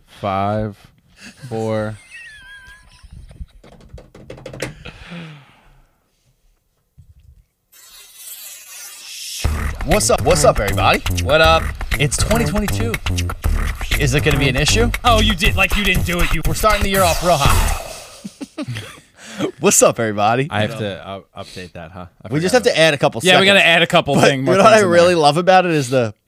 Five, four. What's up? What's up, everybody? What up? It's 2022. Is it going to be an issue? Oh, you did like you didn't do it. You We're starting the year off real high. What's up, everybody? I have to uh, update that, huh? I we forgot just have to add a couple. yeah, we got seconds. to add a couple But things. you know what I really love about it is the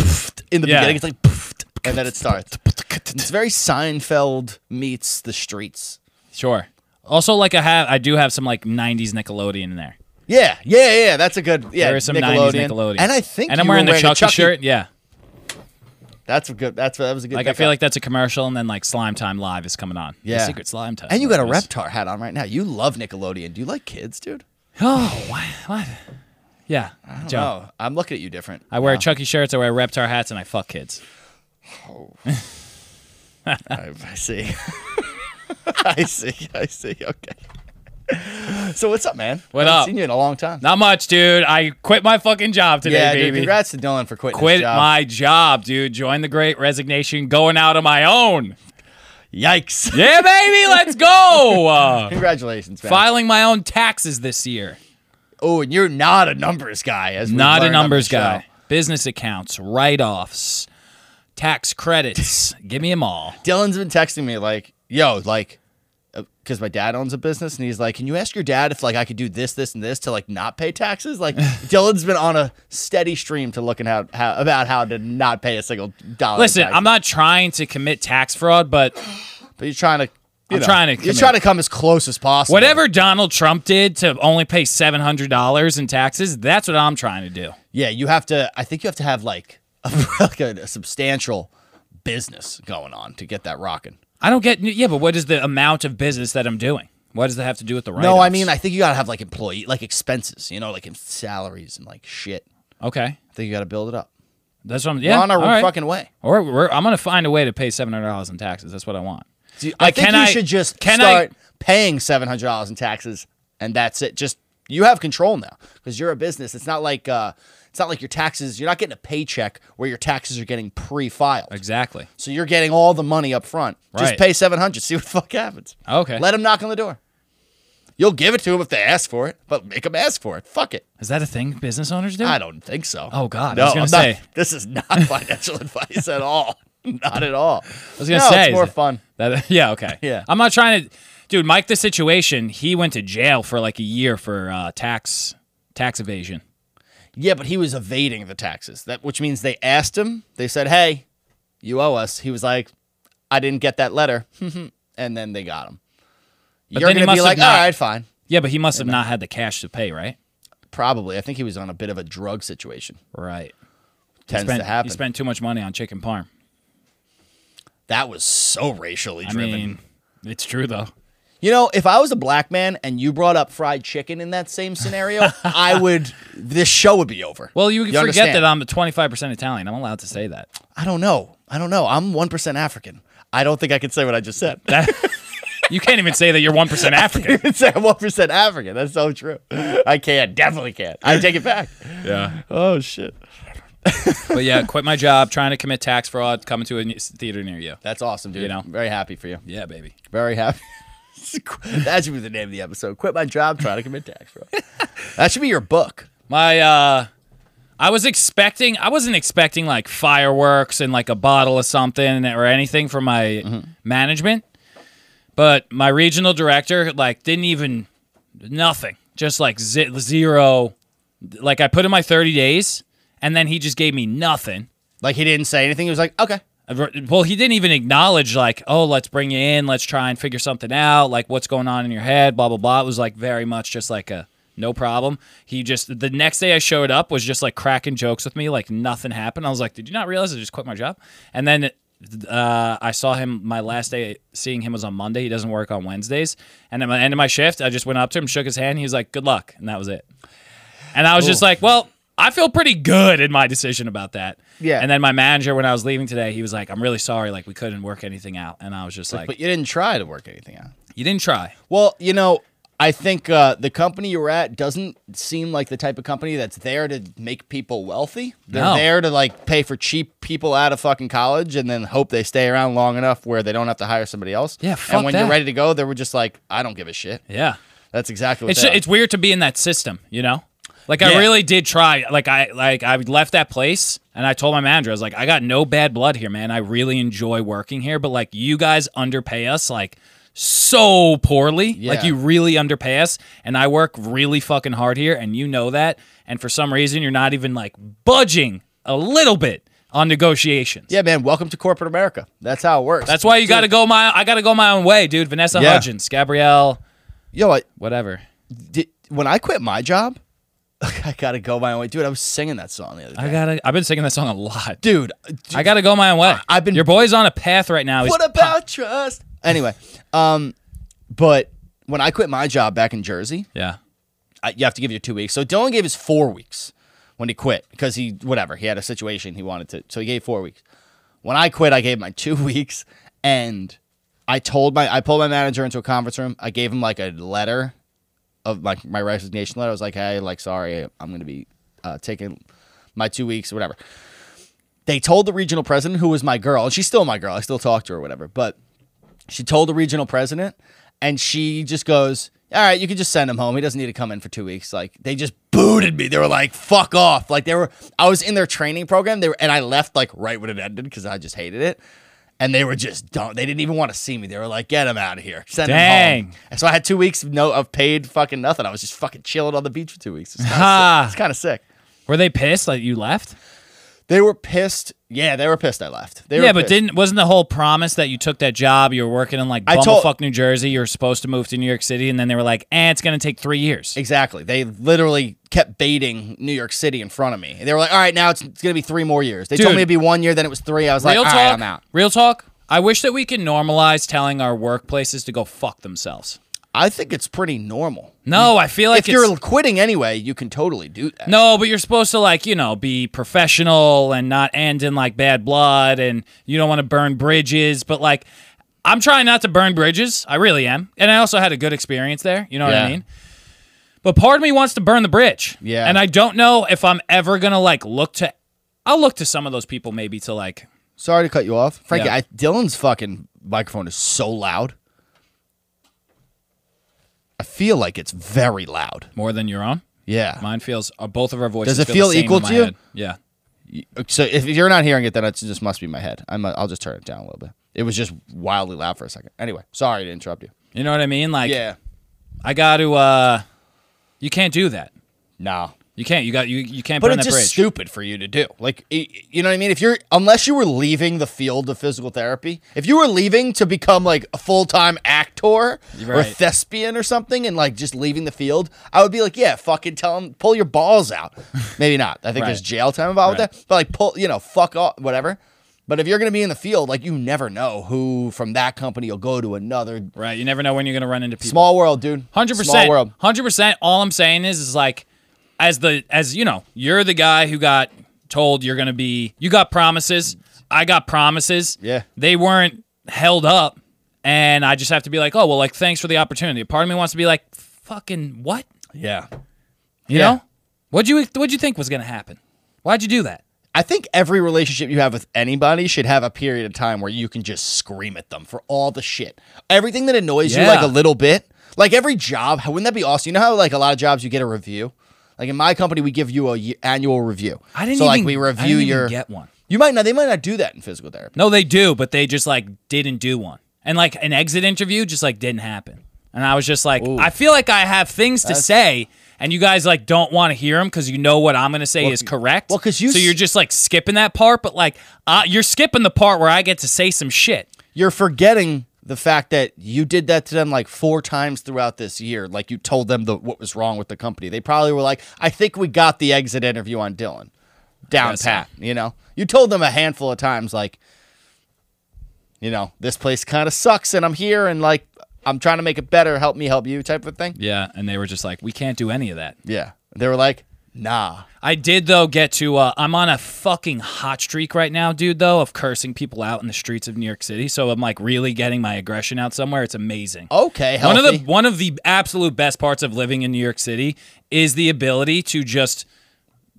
in the Yeah. beginning. It's like pfft, and then it starts. It's very Seinfeld meets the streets. sure. Also, like I have, I do have some like '90s Nickelodeon in there. Yeah, yeah, yeah. That's a good. Yeah, there is some '90s Nickelodeon, And I think and I'm you were wearing the a E. Chucky, shirt. Yeah, That's a good. That's that was a good. like I feel pickup. like that's a commercial, and then like Slime Time Live is coming on. The Yeah. Secret Slime Time. And you got a Live is- Reptar hat on right now. You love Nickelodeon. Do you like kids, dude? Oh, what? what? Yeah, Joe. Oh, I'm looking at you different. I wear Wow. Chucky shirts. I wear Reptar hats, and I fuck kids. I, I see. I see. I see. Okay. So what's up, man? What I haven't up? Seen you in a long time. Not much, dude. I quit my fucking job today, yeah, baby. dude. Congrats to Dylan for quitting. his quit job. my job, dude. Join the Great Resignation. Going out on my own. Yikes. Yeah, baby. Let's go. Uh, Congratulations, man. filing my own taxes this year. Oh, and you're not a numbers guy, as we've Not a learned on the numbers show. guy. Business accounts, write offs, tax credits. Give me them all. Dylan's been texting me like, "Yo, like." Because my dad owns a business, and he's like, "Can you ask your dad if like I could do this, this, and this to like not pay taxes?" Like Dylan's been on a steady stream to looking how, how about how to not pay a single dollar. in Listen, taxes. I'm not trying to commit tax fraud, but But you're trying to. you I'm trying to You're commit. trying to come as close as possible. whatever Donald Trump did to only pay $700 in taxes, that's what I'm trying to do. Yeah, you have to. I think you have to have like a, like a, a substantial business going on to get that rocking. I don't get, yeah, but what is the amount of business that I'm doing? What does that have to do with the write No, I mean, I think you gotta have like employee, like expenses. You know, like in salaries and like shit. okay. I think you gotta build it up. That's what I'm, yeah. We're on our all right. fucking way. Or we're, I'm gonna find a way to pay seven hundred dollars in taxes. That's what I want. Do you- Uh, I think can you I- should just can I- start paying seven hundred dollars in taxes, and that's it. Just you have control now because you're a business. It's not like uh, it's not like your taxes. You're not getting a paycheck where your taxes are getting pre-filed. Exactly. So you're getting all the money up front. Just Right. pay seven hundred. See what the fuck happens. Okay. Let them knock on the door. You'll give it to them if they ask for it, but make them ask for it. Fuck it. Is that a thing business owners do? I don't think so. Oh, God, No, I was gonna I'm say. not, this is not financial advice at all. Not at all. I was gonna no, say it's is more that- fun. That, yeah. Okay. Yeah. I'm not trying to, dude. Mike, the situation. He went to jail for like a year for uh, tax tax evasion. Yeah, but he was evading the taxes. That which means they asked him. They said, "Hey, you owe us." He was like, "I didn't get that letter," and then they got him. You're then he gonna must be have like, not- "All right, fine." Yeah, but he must have not had the cash to pay, right? Probably. I think he was on a bit of a drug situation. Right. Tends Spent, to happen. He spent too much money on chicken parm. that was so racially I driven. mean, it's true though. You know, if I was a black man and you brought up fried chicken in that same scenario, I would. This show would be over. Well, you, forget understand? that I'm 25 percent Italian. I'm allowed to say that. I don't know. I don't know. I'm one percent African. I don't think I can say what I just said. that you can't even say that you're one percent African. It's at one percent African. That's so true. I can't. Definitely can't. I take it back. Yeah. Oh shit. But yeah, quit my job, trying to commit tax fraud, coming to a new- theater near you. That's awesome, dude. You know? very happy for you. Yeah, baby. Very happy. that should be the name of the episode. Quit my job, try to commit tax fraud. that should be your book. My uh I was expecting I wasn't expecting like fireworks and like a bottle of something or anything from my management. But my regional director like didn't even nothing. Just like zi- zero like I put in my 30 days and then he just gave me nothing. Like he didn't say anything. He was like, okay. Well, he didn't even acknowledge like, oh, let's bring you in, let's try and figure something out, like what's going on in your head, blah blah blah. It was like very much just like a no problem. He just the next day I showed up was just like cracking jokes with me, like nothing happened. I was like, did you not realize I just quit my job? And then uh, I saw him my last day seeing him was on Monday. He doesn't work on Wednesdays. And at the end of my shift, I just went up to him, shook his hand. He was like, good luck, and that was it. And I was just like, well, I feel pretty good in my decision about that. Yeah. And then my manager, when I was leaving today, he was like, I'm really sorry. Like, we couldn't work anything out. And I was just like, But you didn't try to work anything out. you didn't try. Well, you know, I think uh, the company you're at doesn't seem like the type of company that's there to make people wealthy. They're No. there to like pay for cheap people out of fucking college and then hope they stay around long enough where they don't have to hire somebody else. Yeah, And fuck when that. you're ready to go, they were just like, I don't give a shit. Yeah. That's exactly what It's they are. it's weird to be in that system, you know. Like I Yeah. really did try. Like I like I left that place and I told my manager I was like I got no bad blood here, man. I really enjoy working here, but like you guys underpay us like so poorly. Like Yeah. you really underpay us and I work really fucking hard here and you know that and for some reason you're not even like budging a little bit on negotiations. yeah, man. Welcome to corporate America. That's how it works. That's why you got to go my I got to go my own way, dude. Vanessa Yeah. Hudgens, Gabrielle, Yo, I, whatever. did, when I quit my job, I gotta go my own way, dude. I was singing that song the other day, I got to I've been singing that song a lot. dude. I gotta go my own way. I've been- your boy's on a path right now. He's What about trust? Anyway, um, but when I quit my job back in Jersey, yeah, I, you have to give your two weeks. So Dylan gave his four weeks when he quit because he whatever he had a situation he wanted to, so he gave four weeks. When I quit, I gave my two weeks, and I told my I pulled my manager into a conference room. I gave him like a letter of like my resignation letter. I was like, hey, like sorry, I'm gonna be uh, taking my two weeks, whatever. They told the regional president, who was my girl, and she's still my girl. I still talk to her, or whatever. But she told the regional president, and she just goes, "All right, you can just send him home. He doesn't need to come in for two weeks." Like they just booted me. They were like, "Fuck off!" Like they were. I was in their training program. They were, and I left like right when it ended because I just hated it. And they were just dumb. They didn't even want to see me. They were like, "Get him out of here. Send him Dang. home." And so I had two weeks of no of paid fucking nothing. I was just fucking chilling on the beach for two weeks. It's Ha. kind of sick. were they pissed like you left? They were pissed. Yeah, they were pissed. I left. They Yeah, were but pissed. didn't wasn't the whole promise that you took that job? You were working in like I bumblefuck told- New Jersey. You were supposed to move to New York City, and then they were like, "Eh, it's gonna take three years." Exactly. They literally kept baiting New York City in front of me. They were like, "All right, now it's, it's gonna be three more years." They told Dude. me it'd be one year, then it was three. I was Real like, "All right, talk. I'm out." Real talk. I wish that we could normalize telling our workplaces to go fuck themselves. I think it's pretty normal. No, I feel like if it's- you're quitting anyway, you can totally do that. No, but you're supposed to like, you know, be professional and not end in like bad blood and you don't want to burn bridges, but like I'm trying not to burn bridges. I really am. And I also had a good experience there, you know what I Yeah. mean? But part of me wants to burn the bridge. Yeah. And I don't know if I'm ever going to like look to I'll look to some of those people maybe to like Sorry to cut you off, Frankie. Yeah. I, Dylan's fucking microphone is so loud. I feel like it's very loud. more than your own. Yeah. Mine feels uh, both of our voices Does it the feel same equal in my to you? head. Yeah. So if you're not hearing it, then it just must be my head. I'm. I'll just turn it down a little bit. It was just wildly loud for a second. Anyway, sorry to interrupt you. You know what I mean? Like Yeah. I got to uh you can't do that. No. You can't. You got you you can't But burn it's that just bridge. stupid for you to do. Like, y- y- you know what I mean? If you're, unless you were leaving the field of physical therapy, if you were leaving to become like a full time actor or a Right. thespian or something and like just leaving the field, I would be like, yeah, fucking tell him, pull your balls out. Maybe not. I think there's Right. jail time involved Right. with that. But like, pull, you know, fuck off, whatever. But if you're going to be in the field, like, you never know who from that company will go to another. Right. You never know when you're gonna run into people. Small world, dude. Hundred Small percent. world. Hundred percent. All I'm saying is, is like, as the as you know, you're the guy who got told you're gonna be. You got promises. I got promises. Yeah. They weren't held up, and I just have to be like, oh well, like thanks for the opportunity. Part of me wants to be like, fucking what? Yeah. You Yeah. know? What'd you What'd you think was gonna happen? Why'd you do that? I think every relationship you have with anybody should have a period of time where you can just scream at them for all the shit. Everything that annoys you Yeah. like a little bit. Like every job, wouldn't that be awesome? You know how like a lot of jobs you get a review? Like in my company we give you a ye- annual review. I didn't So even. like we I review didn't even your get one. You might not they might not do that in physical therapy. No, they do, but they just like didn't do one. And like an exit interview just like didn't happen. And I was just like, I feel like I have things to say, and you guys like don't want to hear them because you know what I'm gonna say is correct. well, 'cause you so s- you're just like skipping that part, but like uh, you're skipping the part where I get to say some shit. You're forgetting the fact that you did that to them like four times throughout this year. Like you told them the what was wrong with the company. They probably were like, I think we got the exit interview on Dylan. Down Guess so. pat. You know? You told them a handful of times, like, you know, this place kind of sucks and I'm here and like I'm trying to make it better, help me help you type of thing. Yeah, and they were just like, we can't do any of that. Yeah. They were like, Nah. I did though get to. Uh, I'm on a fucking hot streak right now, dude. Though of cursing people out in the streets of New York City, so I'm like really getting my aggression out somewhere. It's amazing. Okay. one Healthy. of the one of the absolute best parts of living in New York City is the ability to just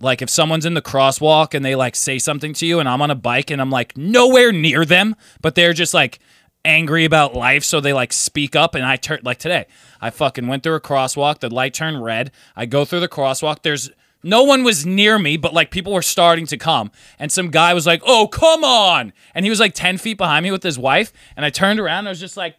like if someone's in the crosswalk and they like say something to you and I'm on a bike and I'm like nowhere near them, but they're just like angry about life so they like speak up and I turn like today. I fucking went through a crosswalk, the light turned red. I go through the crosswalk, there's no one was near me, but like people were starting to come. And some guy was like, Oh, come on. And he was like 10 feet behind me with his wife. And I turned around and I was just like,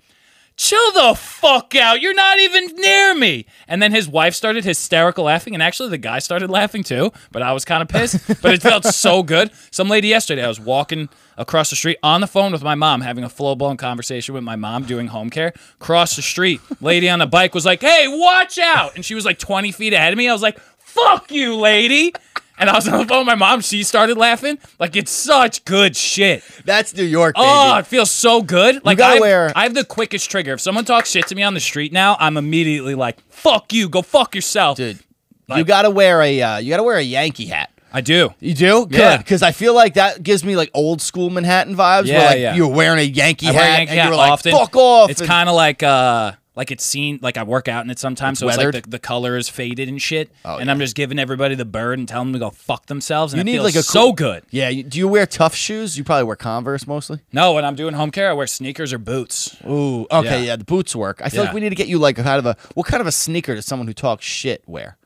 chill the fuck out. You're not even near me. And then his wife started hysterical laughing, and actually the guy started laughing too, but I was kind of pissed. but it felt so good. Some lady yesterday, I was walking across the street on the phone with my mom, having a full blown conversation with my mom doing home care. Across the street, lady on a bike was like, hey, watch out. And she was like 20 feet ahead of me. I was like, fuck you, lady. And I was on the phone with my mom. She started laughing. Like, it's such good shit. That's New York, baby. Oh, it feels so good. Like gotta I, wear- I have the quickest trigger. If someone talks shit to me on the street now, I'm immediately like, "Fuck you, go fuck yourself." dude. you Like- gotta wear a uh, you gotta wear a Yankee hat. I do. You do good Yeah. because I feel like that gives me like old school Manhattan vibes. where Yeah, like yeah. You're wearing a Yankee I hat wear Yankee and hat you're like often. fuck off. It's and- kind of like uh like it's seen like I work out in it sometimes, so it's weathered. Oh, like the, the color is faded and shit. and I'm just giving everybody the bird and telling them to go fuck themselves. And You it need, feels like, a so cool- good. yeah. You, do you wear tough shoes? You probably wear Converse mostly. No, when I'm doing home care, I wear sneakers or boots. Ooh, okay, yeah. Yeah. the boots work. I feel like Yeah. we need to get you like kind of a what kind of a sneaker does someone who talks shit wear?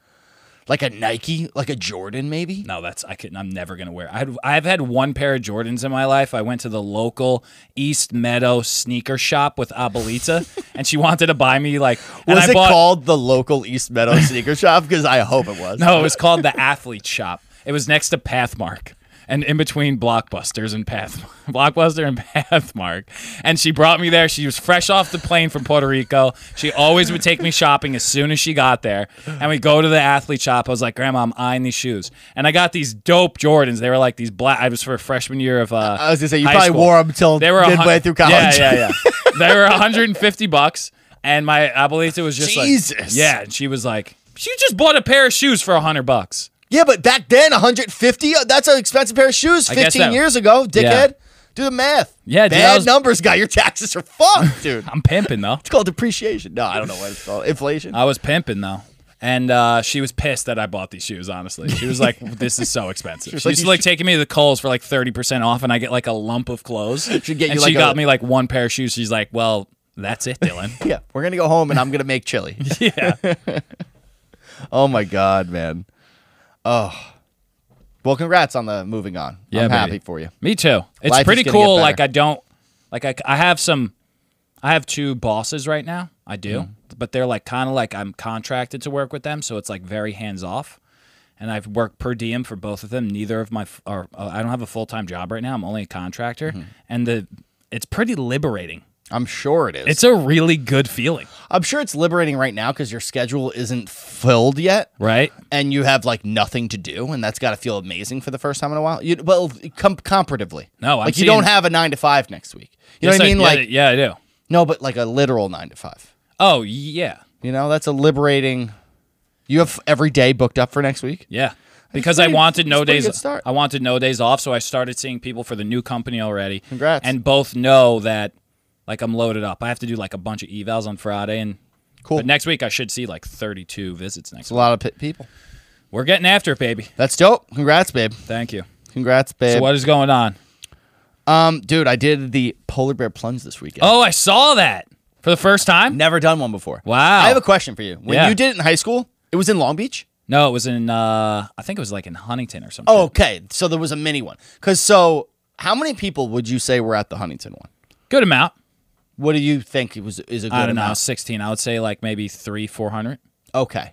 Like a Nike, like a Jordan, maybe. No, that's I could I'm never gonna wear. I had, I've had one pair of Jordans in my life. I went to the local East Meadow sneaker shop with Abuelita, and she wanted to buy me like. and Was I it bought, called the local East Meadow sneaker shop? Because I hope it was. No, it was called the Athlete Shop. It was next to Pathmark. And in between Blockbusters and Path, Blockbuster and Pathmark, and she brought me there. She was fresh off the plane from Puerto Rico. She always would take me shopping as soon as she got there, and we go to the athlete shop. I was like, "Grandma, I'm eyeing these shoes," and I got these dope Jordans. They were like these black. I was for freshman year of. Uh, I was gonna say you high probably school. wore 'em till They were a hun- midway through college. Yeah, yeah, yeah. they were 150 bucks, and my abuelita was just like, Jesus. yeah, and she was like, "You just bought a pair of shoes for 100 bucks." Yeah, but back then, 150, uh, that's an expensive pair of shoes guess 15 that- years ago, dickhead. Yeah. Do the math. Yeah, dude, I Bad was- numbers, guy. Your taxes are fucked, dude. it's I'm pimping though. called depreciation. No, I don't know what it's called. Inflation. I was pimping though. And uh, she was pissed that I bought these shoes. Honestly, she was like, "This is so expensive." She's like, like, "You should- taking me to the Kohl's for like thirty percent off, and I get like a lump of clothes. Should get you and like she a- got me like one pair of shoes. She's like, "Well, that's it, Dylan." yeah, we're going to go home and I'm going to make chili. yeah, oh, my God, man. Oh. Well, congrats on the moving on. Yeah, I'm baby. happy for you. me too. It's Life is pretty gonna cool. get Like better. I don't, like I, I have some, I have two bosses right now. I do, Mm-hmm. but they're like kind of like I'm contracted to work with them, so it's like very hands off. and I've worked per diem for both of them. Neither of my f- or uh, I don't have a full time job right now. I'm only a contractor, Mm-hmm. and the it's pretty liberating. I'm sure it is. It's a really good feeling, I'm sure it's liberating right now because your schedule isn't filled yet. right? And you have like nothing to do, and that's got to feel amazing for the first time in a while. You, well, com- comparatively, No, I'm like you don't seeing- have a nine to five next week. You Yes, know what I mean? yeah, like yeah, I do. No, but like a literal nine to five. Oh yeah, You know, that's a liberating. You have every day booked up for next week. yeah. Because pretty- I wanted it's no a pretty days. good start. I wanted no days off, so I started seeing people for the new company already. Congrats. And both know that, like, I'm loaded up. I have to do like a bunch of evals on Friday, and Cool. But next week I should see like 32 visits next. It's a week. lot of p- people. We're getting after it, baby. That's dope. Congrats, babe. Thank you. Congrats, babe. So what is going on? Um, dude, I did the polar bear plunge this weekend. Oh, I saw that for the first time. never done one before. Wow. I have a question for you. When Yeah. you did it in high school, it was in Long Beach. No, it was in. uh I think it was like in Huntington or something. Oh, okay. So there was a mini one. Cause so, how many people would you say were at the Huntington one? good amount. What do you think it was is a good I don't know, amount? sixteen. I would say like maybe three, four hundred. Okay.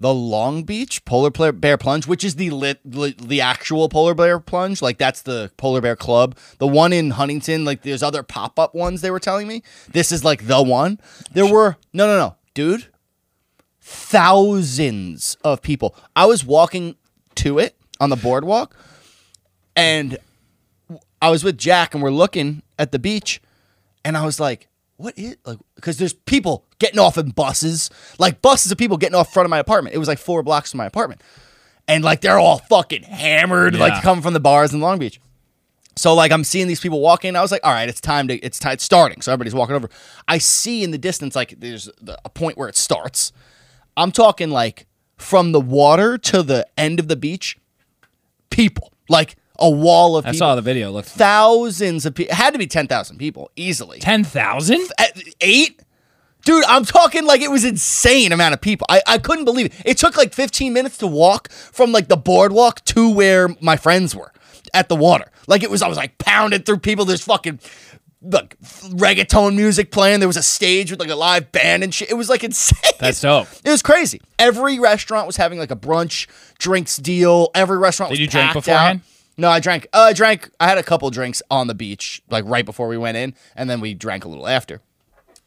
The Long Beach polar pla- bear plunge, which is the lit, li- the actual polar bear plunge, like that's the polar bear club. The one in Huntington, like there's other pop up ones they were telling me. This is like the one. There were no, no, no, dude, thousands of people. I was walking to it on the boardwalk, and I was with Jack, and we're looking at the beach, and I was like, what is like because there's people getting off in buses like buses of people getting off front of my apartment it was like four blocks from my apartment and like they're all fucking hammered Yeah. like coming from the bars in long beach so like I'm seeing these people walk in. I was like, all right, it's time to it's time it's starting. So everybody's walking over. I see in the distance like there's the, a point where it starts. I'm talking like from the water to the end of the beach, people like a wall of I people, saw the video. Look, thousands of people. It had to be ten thousand people easily. ten thousand. At eight. Dude, I'm talking like it was insane amount of people. I, I couldn't believe it. It took like 15 minutes to walk from like the boardwalk to where my friends were at the water. Like it was, I was like pounded through people. There's fucking like reggaeton music playing. There was a stage with like a live band and shit. It was like insane. That's dope. It was crazy. Every restaurant was having like a brunch drinks deal. Every restaurant Did was you drink packed out. beforehand? No, I drank. Uh, I drank. I had a couple drinks on the beach, like right before we went in, and then we drank a little after.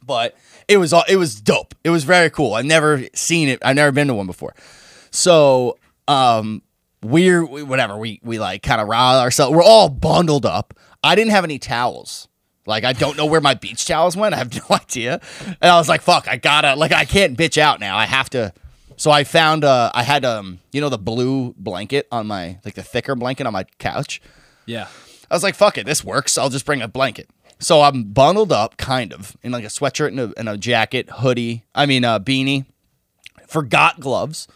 But it was all. It was dope. It was very cool. I've never seen it. I've never been to one before. So, um, we're we, whatever. We we like kind of rile ourselves. We're all bundled up. I didn't have any towels. Like I don't know where my beach towels went. I have no idea. And I was like, fuck. I gotta. Like I can't bitch out now. I have to. So I found uh I had um you know the blue blanket on my like the thicker blanket on my couch. Yeah. I was like, fuck it, this works. I'll just bring a blanket. So I'm bundled up, kind of, in like a sweatshirt and a, and a jacket, hoodie, I mean, a beanie. Forgot gloves,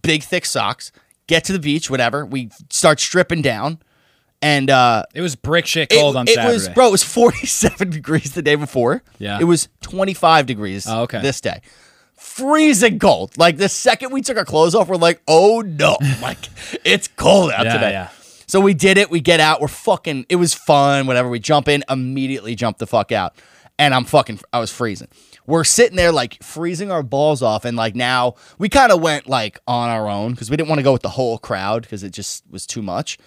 big, thick socks. Get to the beach, whatever. We start stripping down. And uh, It was brick shit cold it, on it Saturday. was, bro, it was 47 degrees the day before. Yeah. It was 25 degrees Oh, okay. this day. Freezing cold. Like the second we took our clothes off, we're like, oh no, like it's cold out Yeah, today. yeah. So we did it. We get out. We're fucking, it was fun, whatever. We jump in, immediately jump the fuck out. And I'm fucking, I was freezing. We're sitting there like freezing our balls off. And like now we kind of went like on our own because we didn't want to go with the whole crowd because it just was too much.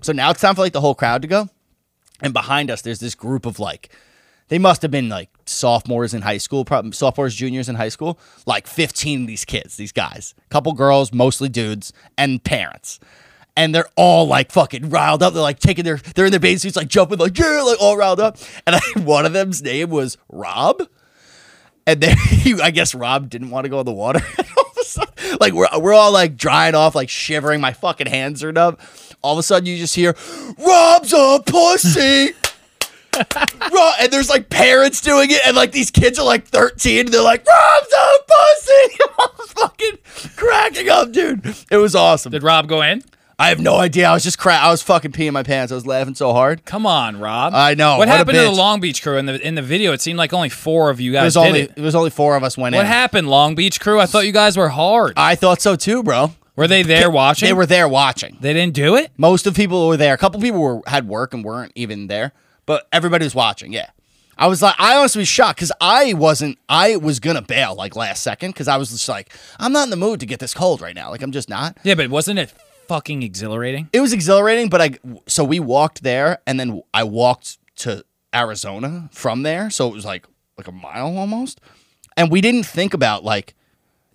So now it's time for like the whole crowd to go. And behind us, there's this group of like, they must have been like sophomores in high school, probably sophomores, juniors in high school, like 15 of these kids, these guys, couple girls, mostly dudes, and parents. And they're all like fucking riled up. They're like taking their, they're in their bathing suits, like jumping, like, yeah, like all riled up. And I, one of them's name was Rob. And then he, I guess Rob didn't want to go in the water. And all of a sudden- like we're, we're all like drying off, like shivering. My fucking hands are numb. All of a sudden, you just hear, "Rob's a pussy." Rob, and there's like parents doing it, and like these kids are like 13, and they're like, "Rob's a pussy." I was fucking cracking up, dude. It was awesome. Did Rob go in? I have no idea. I was just cra- I was fucking peeing my pants. I was laughing so hard. Come on, Rob. I know, What, what a happened to the bitch. Long Beach crew in the in the video? It seemed like only four of you It guys was did only it. it was only four of us went What in. happened, Long Beach crew? I thought you guys were hard. I thought so too, bro. Were they there watching? They were there watching. They didn't do it. Most of the people were there. A couple people were had work and weren't even there, but everybody was watching. Yeah, I was like, I honestly was shocked because I wasn't. I was gonna bail like last second because I was just like, I'm not in the mood to get this cold right now. Like I'm just not. Yeah, but wasn't it fucking exhilarating? It was exhilarating, but I so we walked there and then I walked to Arizona from there, so it was like like a mile almost, and we didn't think about like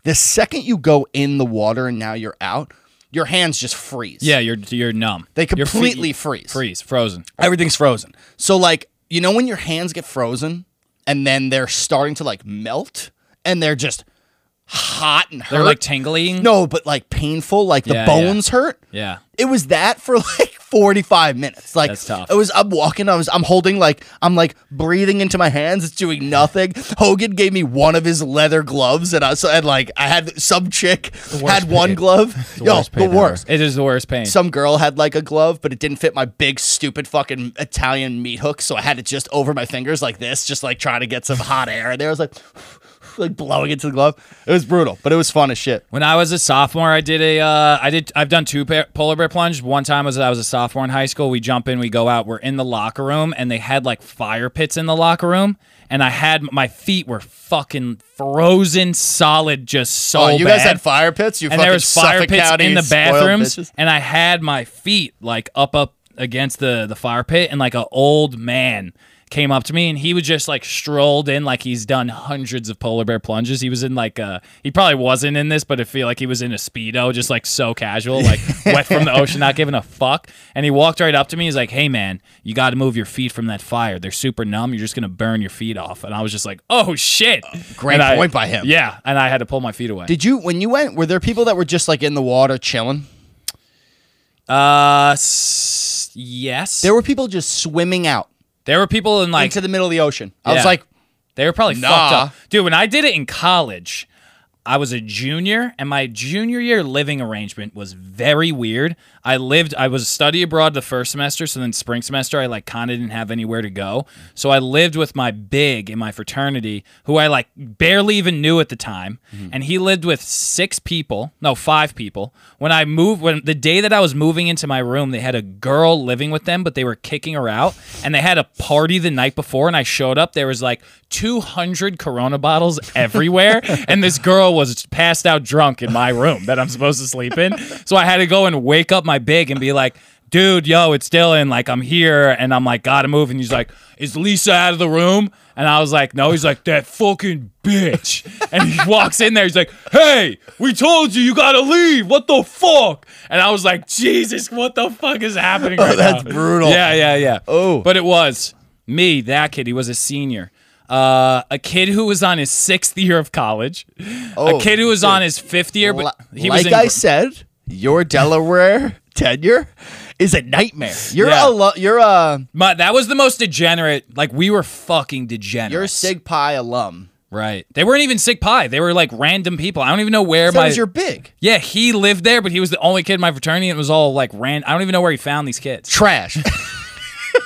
the second you go in the water and now you're out, your hands just freeze. Yeah, you're you're numb. They Your feet- completely freeze. freeze, frozen. everything's frozen. So like, you know when your hands get frozen and then they're starting to like melt and they're just hot and hurt. They're like tingling. no, but like painful, like the Yeah, yeah. bones hurt. Yeah. It was that for like 45 minutes. Like That's tough. it was I'm walking, I was I'm holding like I'm like breathing into my hands, it's doing nothing. Hogan gave me one of his leather gloves and I so and like I had some chick worst had one pain. glove. the Yo, worst the pain ever. worst It is the worst pain. some girl had like a glove, but it didn't fit my big, stupid fucking Italian meat hook. So I had it just over my fingers like this, just like trying to get some hot air in there. I was like, like blowing into the glove. It was brutal, but it was fun as shit. When I was a sophomore, I did a, uh, I did, I've done two pa- polar bear plunge. One time was I was a sophomore in high school. We jump in, we go out, we're in the locker room, and they had like fire pits in the locker room, and I had my feet were fucking frozen solid, just so oh, you bad. guys had fire pits? You and fucking there was fire Suffolk pits County in the spoiled bathrooms, bitches. and I had my feet like up up against the the fire pit, and like an old man came up to me and he was just like strolled in like he's done hundreds of polar bear plunges. He was in like a he probably wasn't in this, but I feel like he was in a speedo, just like so casual, like wet from the ocean, not giving a fuck. And he walked right up to me. He's like, "Hey man, you got to move your feet from that fire. They're super numb. You're just gonna burn your feet off." And I was just like, "Oh shit!" Great And I- point by him. Yeah, and I had to pull my feet away. Did you when you went? Were there people that were just like in the water chilling? Uh, s- yes. There were people just swimming out There were people in like into the middle of the ocean. I Yeah. was like, they were probably Nah. fucked up, dude. When I did it in college, I was a junior, and my junior year living arrangement was very weird. I lived, I was study abroad the first semester, so then spring semester, I like kind of didn't have anywhere to go, so I lived with my big in my fraternity, who I like barely even knew at the time, Mm-hmm. and he lived with six people, no five people. When I moved, when the day that I was moving into my room, they had a girl living with them, but they were kicking her out, and they had a party the night before, and I showed up. There was like 200 Corona bottles everywhere, and this girl was passed out drunk in my room that I'm supposed to sleep in. So I had to go and wake up my big and be like. Dude, yo, it's Dylan. Like, I'm here, and I'm like, gotta move. And he's like, "Is Lisa out of the room?" And I was like, "No." He's like, "That fucking bitch." And he walks in there. He's like, "Hey, we told you you gotta leave. What the fuck?" And I was like, "Jesus, what the fuck is happening right Oh, that's now?" brutal. Yeah, yeah, yeah. Oh. but it was me. That kid. He was a senior. Uh, a kid who was on his sixth year of college. Oh, a kid who was on his fifth year, but li- he like was in, I said, your Delaware tenure is a nightmare. You're Yeah. a lo- you're a my, that was the most degenerate. Like we were fucking degenerate. you're a Sig Pi alum. Right. They weren't even sick pie. They were like random people. I don't even know where So my is your big Yeah, he lived there, but he was the only kid in my fraternity and it was all like ran I don't even know where he found these kids. trash.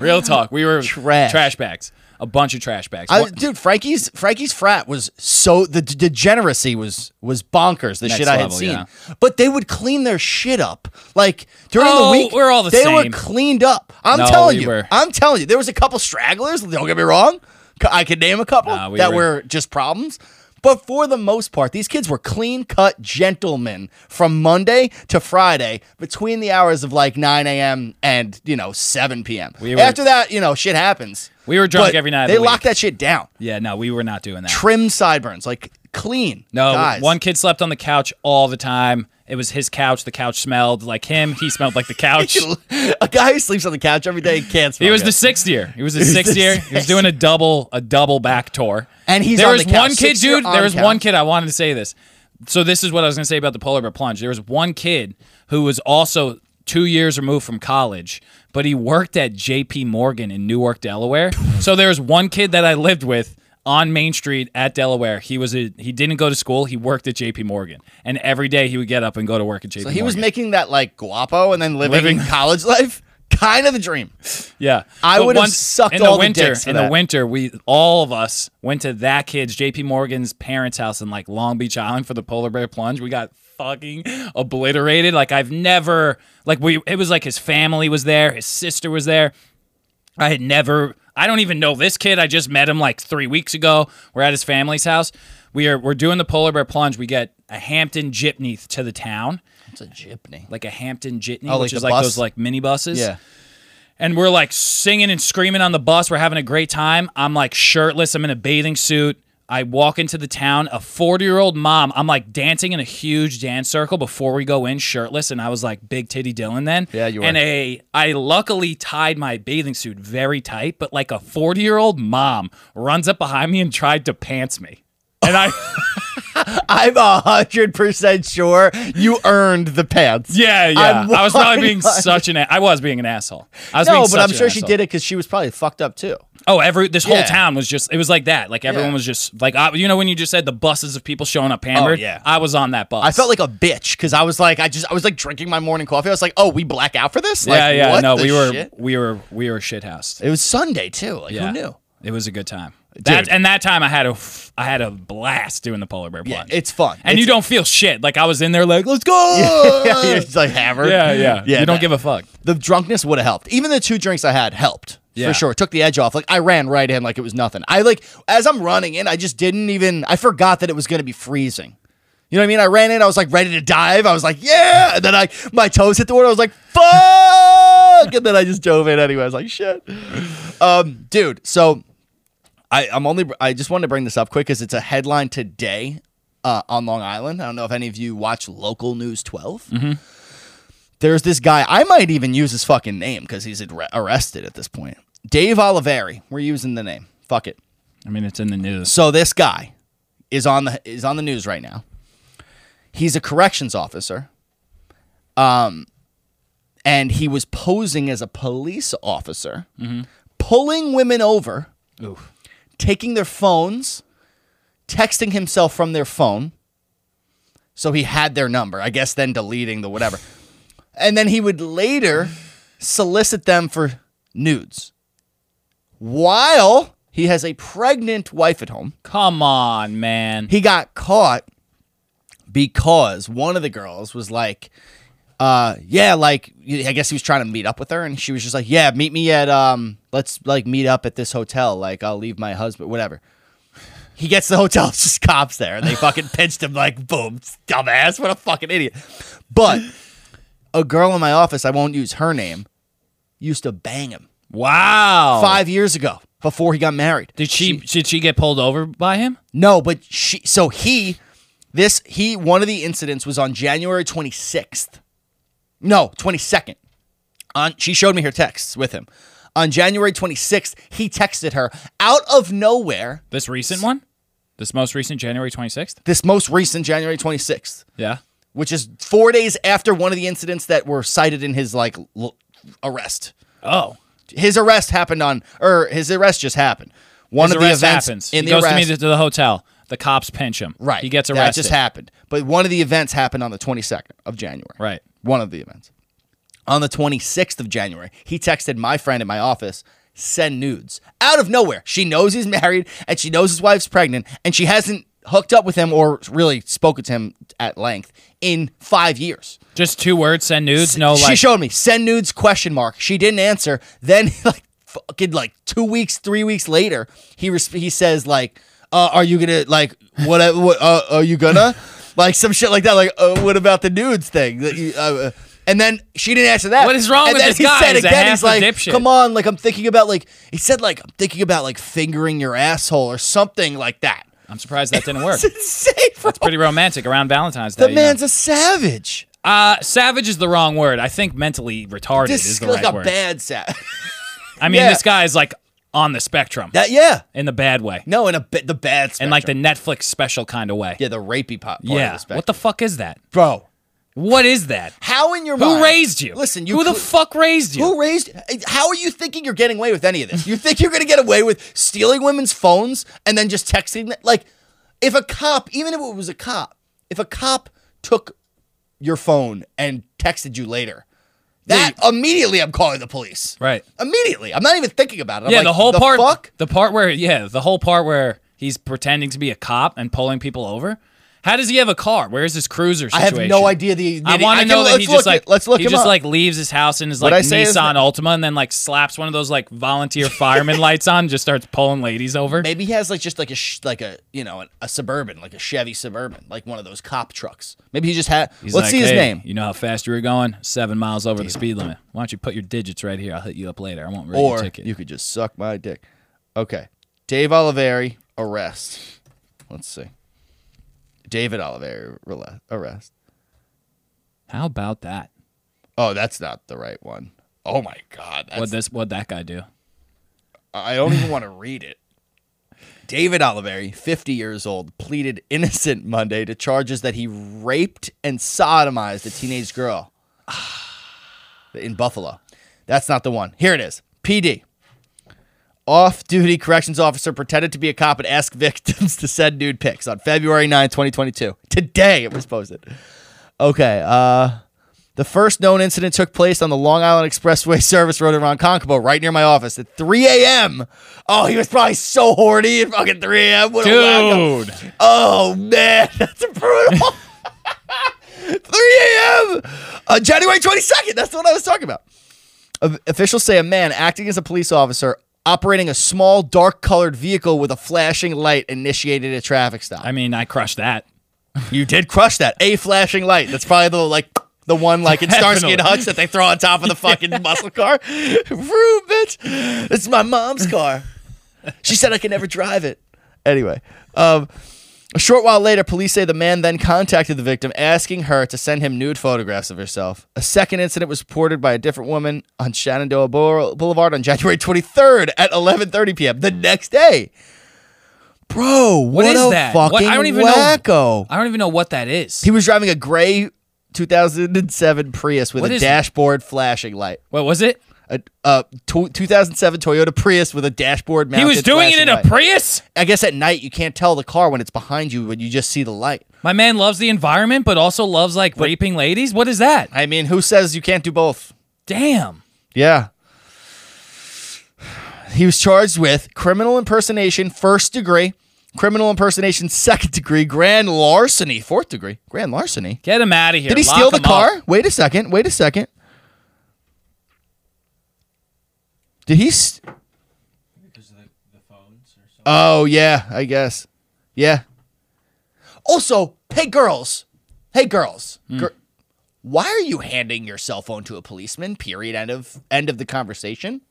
Real talk. We were Trash. trash bags. A bunch of trash bags. I, One- Uh, dude, Frankie's Frankie's frat was so the d- degeneracy was was bonkers. The Next shit I had level, seen, yeah. but they would clean their shit up. Like during Oh, the week, we're all the they were same. cleaned up. I'm No, telling we you, were. I'm telling you, there was a couple stragglers. Don't get me wrong, c- I could name a couple Nah, we that were- were just problems. But for the most part, these kids were clean cut gentlemen from Monday to Friday between the hours of like 9 a.m. and, you know, 7 p.m. We were- After that, you know, shit happens. We were drunk But every night of They the week. locked that shit down yeah, no, we were not doing that. trim sideburns, like clean. No, guys. one kid slept on the couch all the time. It was his couch. The couch smelled like him. He smelled like the couch. a guy who sleeps on the couch every day can't smell. He was good. the sixth year. He was the sixth the year. He was sixth. doing a double a double back tour. And he's there on was the couch. one kid, Sixth year dude. on There was couch. one kid. I wanted to say this. So this is what I was gonna say about the polar bear plunge. There was one kid who was also two years removed from college, but he worked at J.P. Morgan in Newark, Delaware. so there was one kid that I lived with on Main Street at Delaware. He was a, he didn't go to school. He worked at J.P. Morgan, and every day he would get up and go to work at J.P. So Morgan. he was making that like guapo and then living, college life, kind of the dream. Yeah, I But would have once- sucked in all the the winter. dicks for in the that. winter, we all of us went to that kid's J.P. Morgan's parents' house in like Long Beach Island for the polar bear plunge. We got fucking obliterated. Like I've never like we. It was like his family was there, his sister was there. I had never. I don't even know this kid. I just met him like three weeks ago. We're at his family's house. We are we're doing the polar bear plunge. We get a Hampton jitney to the town, It's a jipney. like a Hampton jitney, Oh, like which is the like bus? those like mini buses Yeah. and we're like singing and screaming on the bus. We're having a great time. I'm like shirtless. I'm in a bathing suit. I walk into the town, a 40 year old mom. I'm like dancing in a huge dance circle before we go in shirtless. And I was like big titty Dylan then. Yeah, you were. And a, I luckily tied my bathing suit very tight, but like a 40 year old mom runs up behind me and tried to pants me. And I, I'm a hundred percent sure you earned the pants. yeah, yeah. I'm i was probably being 100% such an, a- I was being an asshole. I was being No, but such I'm an sure she asshole. did it because she was probably fucked up too. Oh, every this whole Yeah. town was just it was like that. Like everyone Yeah. Oh, was just like I, you know when you just said the buses of people showing up hammered. yeah. I was on that bus. I felt like a bitch because I was like, I just, I was like drinking my morning coffee. I was like, oh, we black out for this? Like, yeah, yeah. what no, the we were shit? we were we were shithoused. It was Sunday too. Like, Yeah, who knew? It was a good time. That and that time I had a f- I had a blast doing the polar bear Yeah, plunge. it's fun. and you It's- don't feel shit. Like I was in there like let's go. Yeah, you're just like hammered. yeah, yeah. You that- don't give a fuck. the drunkenness would have helped. Even the two drinks I had helped Yeah. for sure. Took the edge off. Like I ran right in like it was nothing. I like as I'm running in, I just didn't even. I forgot that it was gonna be freezing. You know what I mean? I ran in. I was like ready to dive. I was like, yeah. And then I my toes hit the water. I was like, fuck. fuck, and then I just dove in anyway. I was like, shit, um, dude. So I, I'm only I just wanted to bring this up quick because it's a headline today uh, on Long Island. I don't know if any of you watch local news 12. There's this guy. I might even use his fucking name because he's arre- arrested at this point. Dave Oliveri. We're using the name. Fuck it. I mean, it's in the news. So this guy is on the is on the news right now. He's a corrections officer. Um and he was posing as a police officer, pulling women over, taking their phones, texting himself from their phone. So he had their number, I guess, then deleting the whatever. And then he would later solicit them for nudes while he has a pregnant wife at home. Come on, man. He got caught because one of the girls was like, uh, yeah, like I guess he was trying to meet up with her, and she was just like, yeah, meet me at um, let's like meet up at this hotel. Like I'll leave my husband, whatever. He gets to the hotel, it's just cops there, and they fucking pinched him like, boom, dumbass, what a fucking idiot. But a girl in my office, I won't use her name, used to bang him Wow. five years ago before he got married. Oh. Did she, did she get pulled over by him? No, but she. So he, this he. One of the incidents was on January 26th. No, 22nd. On she showed me her texts with him. On January 26th, he texted her out of nowhere. This recent one? This most recent January 26th? This most recent January 26th, Yeah. which is four days after one of the incidents that were cited in his like l- arrest. Oh. His arrest happened on, or his arrest just happened. One His of the arrest events happens. in he the goes arrest, to me to, to the hotel. The cops pinch him. Right. He gets arrested. That just happened. But one of the events happened on the 22nd of January. Right. One of the events. On the 26th of January, he texted my friend at my office, send nudes. Out of nowhere. She knows he's married and she knows his wife's pregnant and she hasn't hooked up with him or really spoken to him at length in five years. Just two words, send nudes. No, she like, showed me send nudes question mark. She didn't answer. Then like fucking like two weeks, three weeks later, he res- he says like, uh, "Are you gonna like what? what uh, are you gonna like some shit like that? Like uh, what about the nudes thing?" That you, uh, uh, and then she didn't answer that. What is wrong and with then this he guy? Said He's a again, half he's a like, dipshit. "Come on, like I'm thinking about like he said like I'm thinking about like fingering your asshole or something like that." I'm surprised that didn't work. It's insane, bro. Pretty romantic around Valentine's Day. the you know. man's a savage. Uh, savage is the wrong word. I think mentally retarded This is is the like right a word. bad savage. I mean, yeah. this guy is like on the spectrum that yeah. in the bad way, No, in a bit the bad spectrum. in like the Netflix special kind of way. yeah, the rapey pop. Part Yeah. Of the what the fuck is that? bro? What is that? How in your Who mind? raised you? Listen, you Who the cl- fuck raised you? who raised? How are you thinking you're getting away with any of this? You think you're gonna get away with stealing women's phones and then just texting them? Like, if a cop, even if it was a cop, if a cop took your phone and texted you later, that immediately I'm calling the police. Right. Immediately, I'm not even thinking about it. I'm yeah, like, the whole part. fuck? The part where yeah, the whole part where he's pretending to be a cop and pulling people over. How does he have a car? Where is his cruiser I situation? have no idea the. I want to can- know that let's he look just like it- let's look he him just up. like leaves his house in his What I like say is Nissan Altima and then like slaps one of those like volunteer fireman lights on, and just starts pulling ladies over. Maybe he has like just like a sh- like a you know an, a suburban like a Chevy Suburban like one of those cop trucks. Maybe he just had. He's let's like, see his "Hey, name. You know how fast you were going? Seven miles over the speed limit. Why don't you put your digits right here? I'll hit you up later. I won't read your Or ticket. you could just suck my dick. Okay, Dave Oliveri arrest. Let's see. David Oliveri rela- arrest. how about that? Oh, that's not the right one. Oh my god, that's, What this? What that guy do? I don't even want to read it. David Oliveri, 50 years old, pleaded innocent Monday to charges that he raped and sodomized a teenage girl in Buffalo. That's not the one. Here it is. PD. Off duty corrections officer pretended to be a cop and asked victims to send nude pics on February 9, 2022. Today it was posted. Okay. Uh, the first known incident took place on the Long Island Expressway service road in Ronkonkoma, right near my office at 3 a.m. Oh, he was probably so horny at fucking 3 a.m. What a wacko. Dude, Oh man, that's brutal. 3 a.m. Uh, January 22nd. That's what I was talking about. O- officials say a man acting as a police officer operating a small dark colored vehicle with a flashing light initiated a traffic stop. I mean, I crushed that. you did crush that. A flashing light. That's probably the like The one like in Starsky and Definitely. Hutch that they throw on top of the fucking muscle car. Vroom, bitch. This is my mom's car. She said I could never drive it. Anyway, um, a short while later, police say the man then contacted the victim, asking her to send him nude photographs of herself. A second incident was reported by a different woman on Shenandoah Boul- Boulevard on January 23rd at 11:30 p.m. the next day. Bro, what, is a that? What- fucking I don't even know. wacko. I don't even know what that is. He was driving a gray 2007 Prius with What a is- dashboard flashing light. What was it? A, a to- 2007 Toyota Prius with a dashboard mounted. He was doing it flashing in a light. Prius. I guess at night you can't tell the car when it's behind you when you just see the light. My man loves the environment, but also loves like raping ladies. What is that? I mean, who says you can't do both? Damn. Yeah. He was charged with criminal impersonation first degree, criminal impersonation second degree, grand larceny fourth degree, grand larceny. Get him out of here. Did he Lock steal the him up. car? Wait a second. Wait a second. Did he? s Oh yeah, I guess. Yeah. Also, hey girls, hey girls, Hmm. Gir- why are you handing your cell phone to a policeman? Period. End of end of the conversation.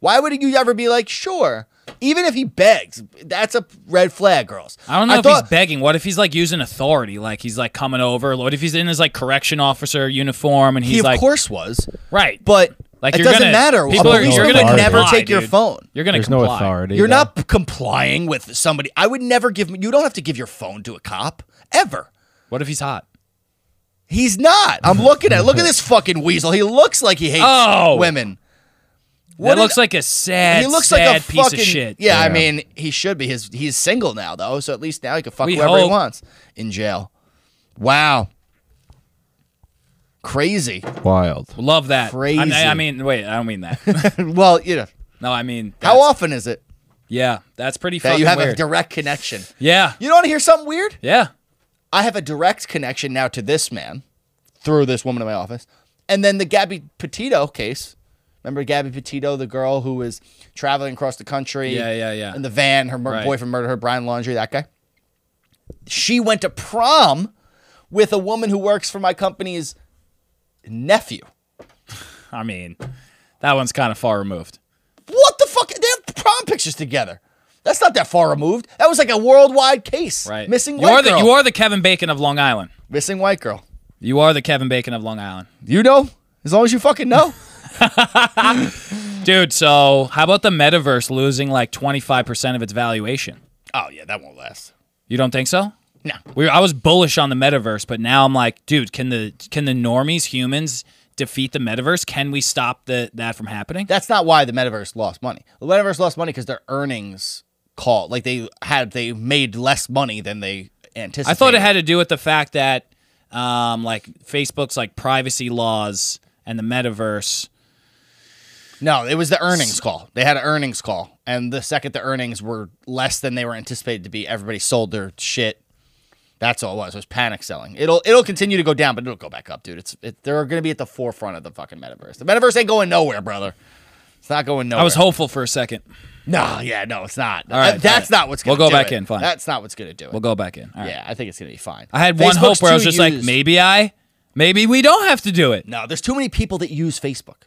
Why would you ever be like, sure? Even if he begs, that's a red flag, girls. I don't know if thought- he's begging. What if he's like using authority? Like he's like coming over. What if he's in his like correction officer uniform and he's he of like, course was. right? But Like, it you're doesn't gonna- matter. A people are- policeman you're would gonna never comply, take your dude. phone. you're gonna There's comply. no authority. You're though. not p- complying with somebody. I would never give. You don't have to give your phone to a cop ever. What if he's hot? He's not. I'm looking at. Look at this fucking weasel. He looks like he hates Oh. women. What What that is- looks like a sad, he looks sad like a piece fucking of shit. Yeah, I Yeah. mean, he should be. His he's single now though, so at least now he can fuck We whoever he hope. wants in jail. Wow. Crazy. wild. Love that. I mean, Crazy. I, I mean, wait, I don't mean that. well, you know, no, I mean, how that's- often is it Yeah, that's pretty that fucking you have a weird. direct connection? yeah, You don't want to hear something weird? yeah. I have a direct connection now to this man through this woman in my office. And then the Gabby Petito case. Remember Gabby Petito, the girl who was traveling across the country? Yeah, yeah, yeah. In the van, her mur- Right. boyfriend murdered her, Brian Laundry, that guy. She went to prom with a woman who works for my company's nephew. I mean, that one's kind of far removed. What the fuck? They have prom pictures together. That's not that far removed. That was like a worldwide case. Right. Missing You white are girl. the you are the Kevin Bacon of Long Island. Missing white girl. You are the Kevin Bacon of Long Island. You know, as long as you fucking know. Dude, so how about the metaverse losing like 25% of its valuation? oh, yeah, that won't last. You don't think so? No. We I was bullish on the metaverse, but now I'm like, dude, can the can the normies humans defeat the metaverse? Can we stop the, that from happening? That's not why the metaverse lost money. The metaverse lost money because their earnings called. Like they had, they made less money than they anticipated. I thought it had to do with the fact that um, like Facebook's like privacy laws and the metaverse. No, it was the earnings call. They had an earnings call, and the second the earnings were less than they were anticipated to be, everybody sold their shit. That's all it was. It was panic selling. It'll it'll continue to go down, but it'll go back up, dude. It's it, they're going to be at the forefront of the fucking metaverse. The metaverse ain't going nowhere, brother. It's not going nowhere. I was hopeful for a second. No, yeah, no, it's not. right, Uh, that's all right. not what's. We'll gonna go do back it. in, fine. That's not what's going to do it. We'll go back in. All right. Yeah, I think it's gonna be fine. I had one Facebook's hope where I was too just like, used. maybe I, maybe we don't have to do it. No, there's too many people that use Facebook.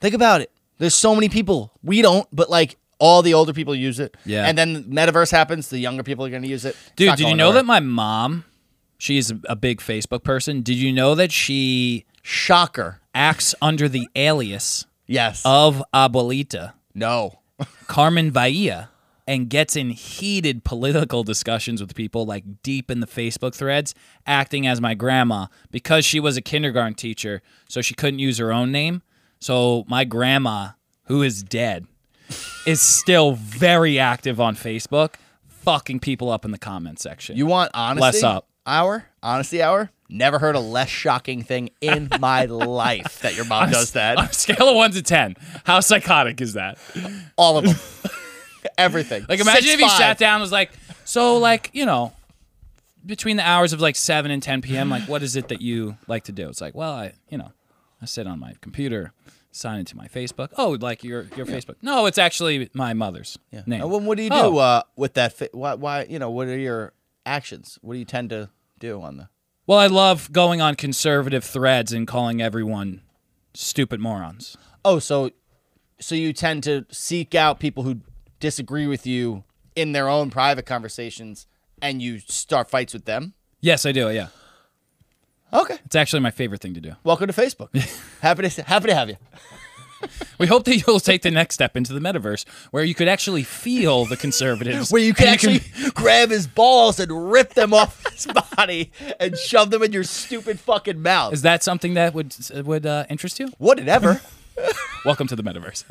Think about it. There's so many people. We don't, but like all the older people use it. Yeah. And then metaverse happens. The younger people are gonna use it. It's Dude, not did you going know nowhere. that my mom, she is a- a big Facebook person. Did you know that she Shocker. acts under the alias Yes. of Abuelita no. Carmen Valla and gets in heated political discussions with people like deep in the Facebook threads, acting as my grandma because she was a kindergarten teacher, so she couldn't use her own name. So my grandma, who is dead, is still very active on Facebook, fucking people up in the comment section. You want honesty? Less up. Hour honesty hour. Never heard a less shocking thing in my life that your mom does On that. a scale of one to ten, how psychotic is that? All of them. Everything. Like, imagine Six, if you five. sat down and was like, so, like, you know, between the hours of like 7 and 10 p.m., like, what is it that you like to do? It's like, well, I, you know, I sit on my computer, sign into my Facebook. Oh, like your your Facebook. No, it's actually my mother's name. Now, what, what do uh, you do Oh. uh, with that? Fi- why, why, you know, what are your actions? What do you tend to do on the? Well, I love going on conservative threads and calling everyone stupid morons. Oh, so so you tend to seek out people who disagree with you in their own private conversations and you start fights with them? Yes, I do. Yeah. Okay. It's actually my favorite thing to do. Welcome to Facebook. happy to happy to have you. We hope that you'll take the next step into the metaverse where you could actually feel the conservatives. Where you can And actually grab his balls and rip them off his body and shove them in your stupid fucking mouth. Is that something that would would uh, interest you? Whatever. Welcome to the metaverse.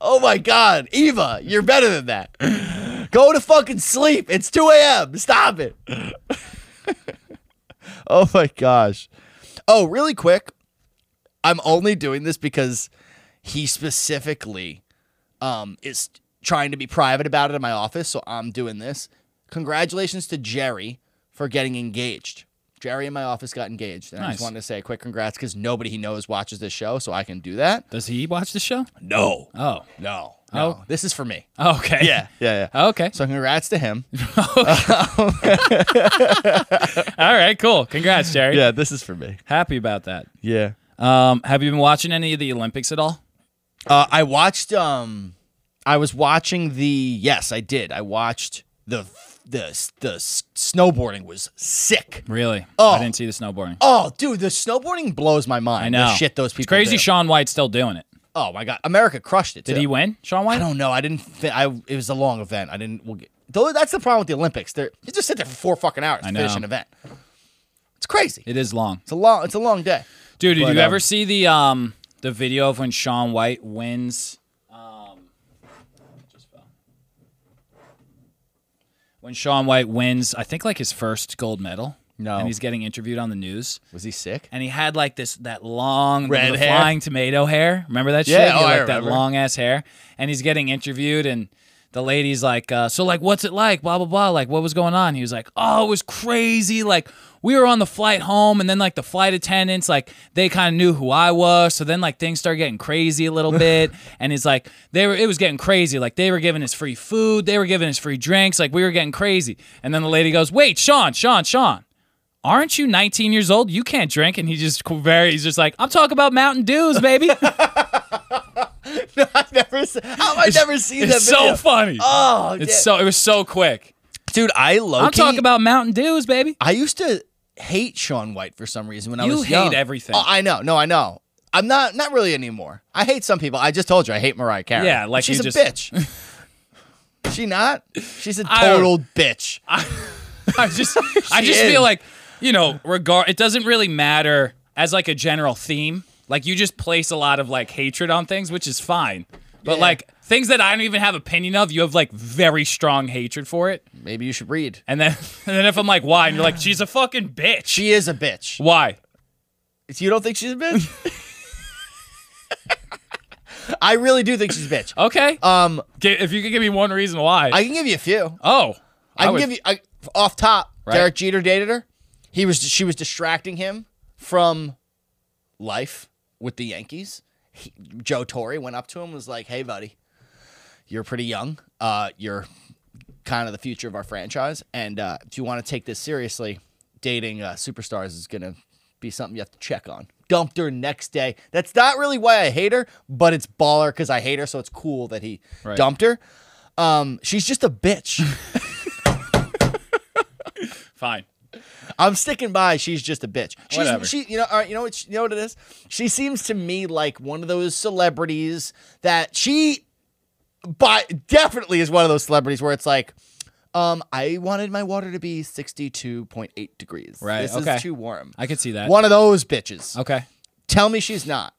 Oh my god, Eva, you're better than that. Go to fucking sleep. It's 2 a.m. Stop it. oh my gosh. Oh, really quick. I'm only doing this because he specifically um, is trying to be private about it in my office, so I'm doing this. Congratulations to Jerry for getting engaged. Jerry in my office got engaged, and I Nice. just wanted to say a quick congrats because nobody he knows watches this show, so I can do that. Does he watch the show? No. Oh. No. Oh. No. This is for me. Okay. Yeah. Okay. So congrats to him. All right. Cool. Congrats, Jerry. this is for me. Happy about that. Yeah. Um, have you been watching any of the Olympics at all? Uh, I watched um I was watching the yes, I did. I watched the the the s- snowboarding was sick. Really? Oh. I didn't see the snowboarding. Oh, dude, the snowboarding blows my mind. I know. The shit those people It's crazy. do. Sean White's still doing it. oh my god. America crushed it. Did too. he win? Sean White? I don't know. I didn't thi- I it was a long event. I didn't we'll get, though that's the problem with the Olympics. They're you just sit there for four fucking hours to know. finish an event. It's crazy. It is long. It's a long it's a long day. Dude, did But, you ever um, see the um the video of when Sean White wins? Um, just fell. When Sean White wins, I think like his first gold medal. No. and he's getting interviewed on the news, Was he sick? and he had like this that long Red the hair? flying tomato hair. Remember that Yeah, shit? He oh, had, I like that remember. long ass hair, and he's getting interviewed and. The lady's like, uh, so like, what's it like? Blah blah blah. Like, what was going on? He was like, oh, it was crazy. Like, we were on the flight home, and then like the flight attendants, like they kind of knew who I was. So then like things started getting crazy a little bit, and he's like, they were, it was getting crazy. Like they were giving us free food, they were giving us free drinks. Like we were getting crazy. And then the lady goes, wait, Sean, Sean, Sean aren't you 19 years old? You can't drink. And he just qu- very, he's just like, I'm talking about Mountain Dews, baby. I've never se- how have I never seen that it's so video? funny. oh, it's so, it was so quick. dude, I low I'm talking about Mountain Dews, baby. I used to hate Sean White for some reason when I You was hate young. everything. Oh, I know. No, I know. I'm not not really anymore. I hate some people. I just told you I hate Mariah Carey. Yeah, like she's you a just- bitch. she not. She's a I don't- total bitch. I just, I just is. feel like, you know, regard, it doesn't really matter as like a general theme. Like you just place a lot of like hatred on things, which is fine. But Yeah. like things that I don't even have opinion of, you have like very strong hatred for it. Maybe you should read. And then, and then if I'm like, why? And you're like, she's a fucking bitch. She is a bitch. why? You don't think she's a bitch? I really do think she's a bitch. Okay. Um, Gi- if you could give me one reason why. I can give you a few. oh, I can would- give you I, off top. Derek Jeter dated her. He was she was distracting him from life with the Yankees. He, Joe Torre went up to him and was like, "Hey, buddy, you're pretty young. Uh, you're kind of the future of our franchise, and uh, if you want to take this seriously, dating uh, superstars is gonna be something you have to check on." Dumped her next day. That's not really why I hate her, but it's baller because I hate her, so it's cool that he dumped her. Um, she's just a bitch. Fine. I'm sticking by. She's just a bitch. She's, Whatever. She, you know, all right, you know what? She, you know what it is. She seems to me like one of those celebrities that she, by definitely is one of those celebrities where it's like, um, I wanted my water to be 62.8 degrees. Right, This okay. is too warm. I could see that. One of those bitches. Okay. Tell me she's not.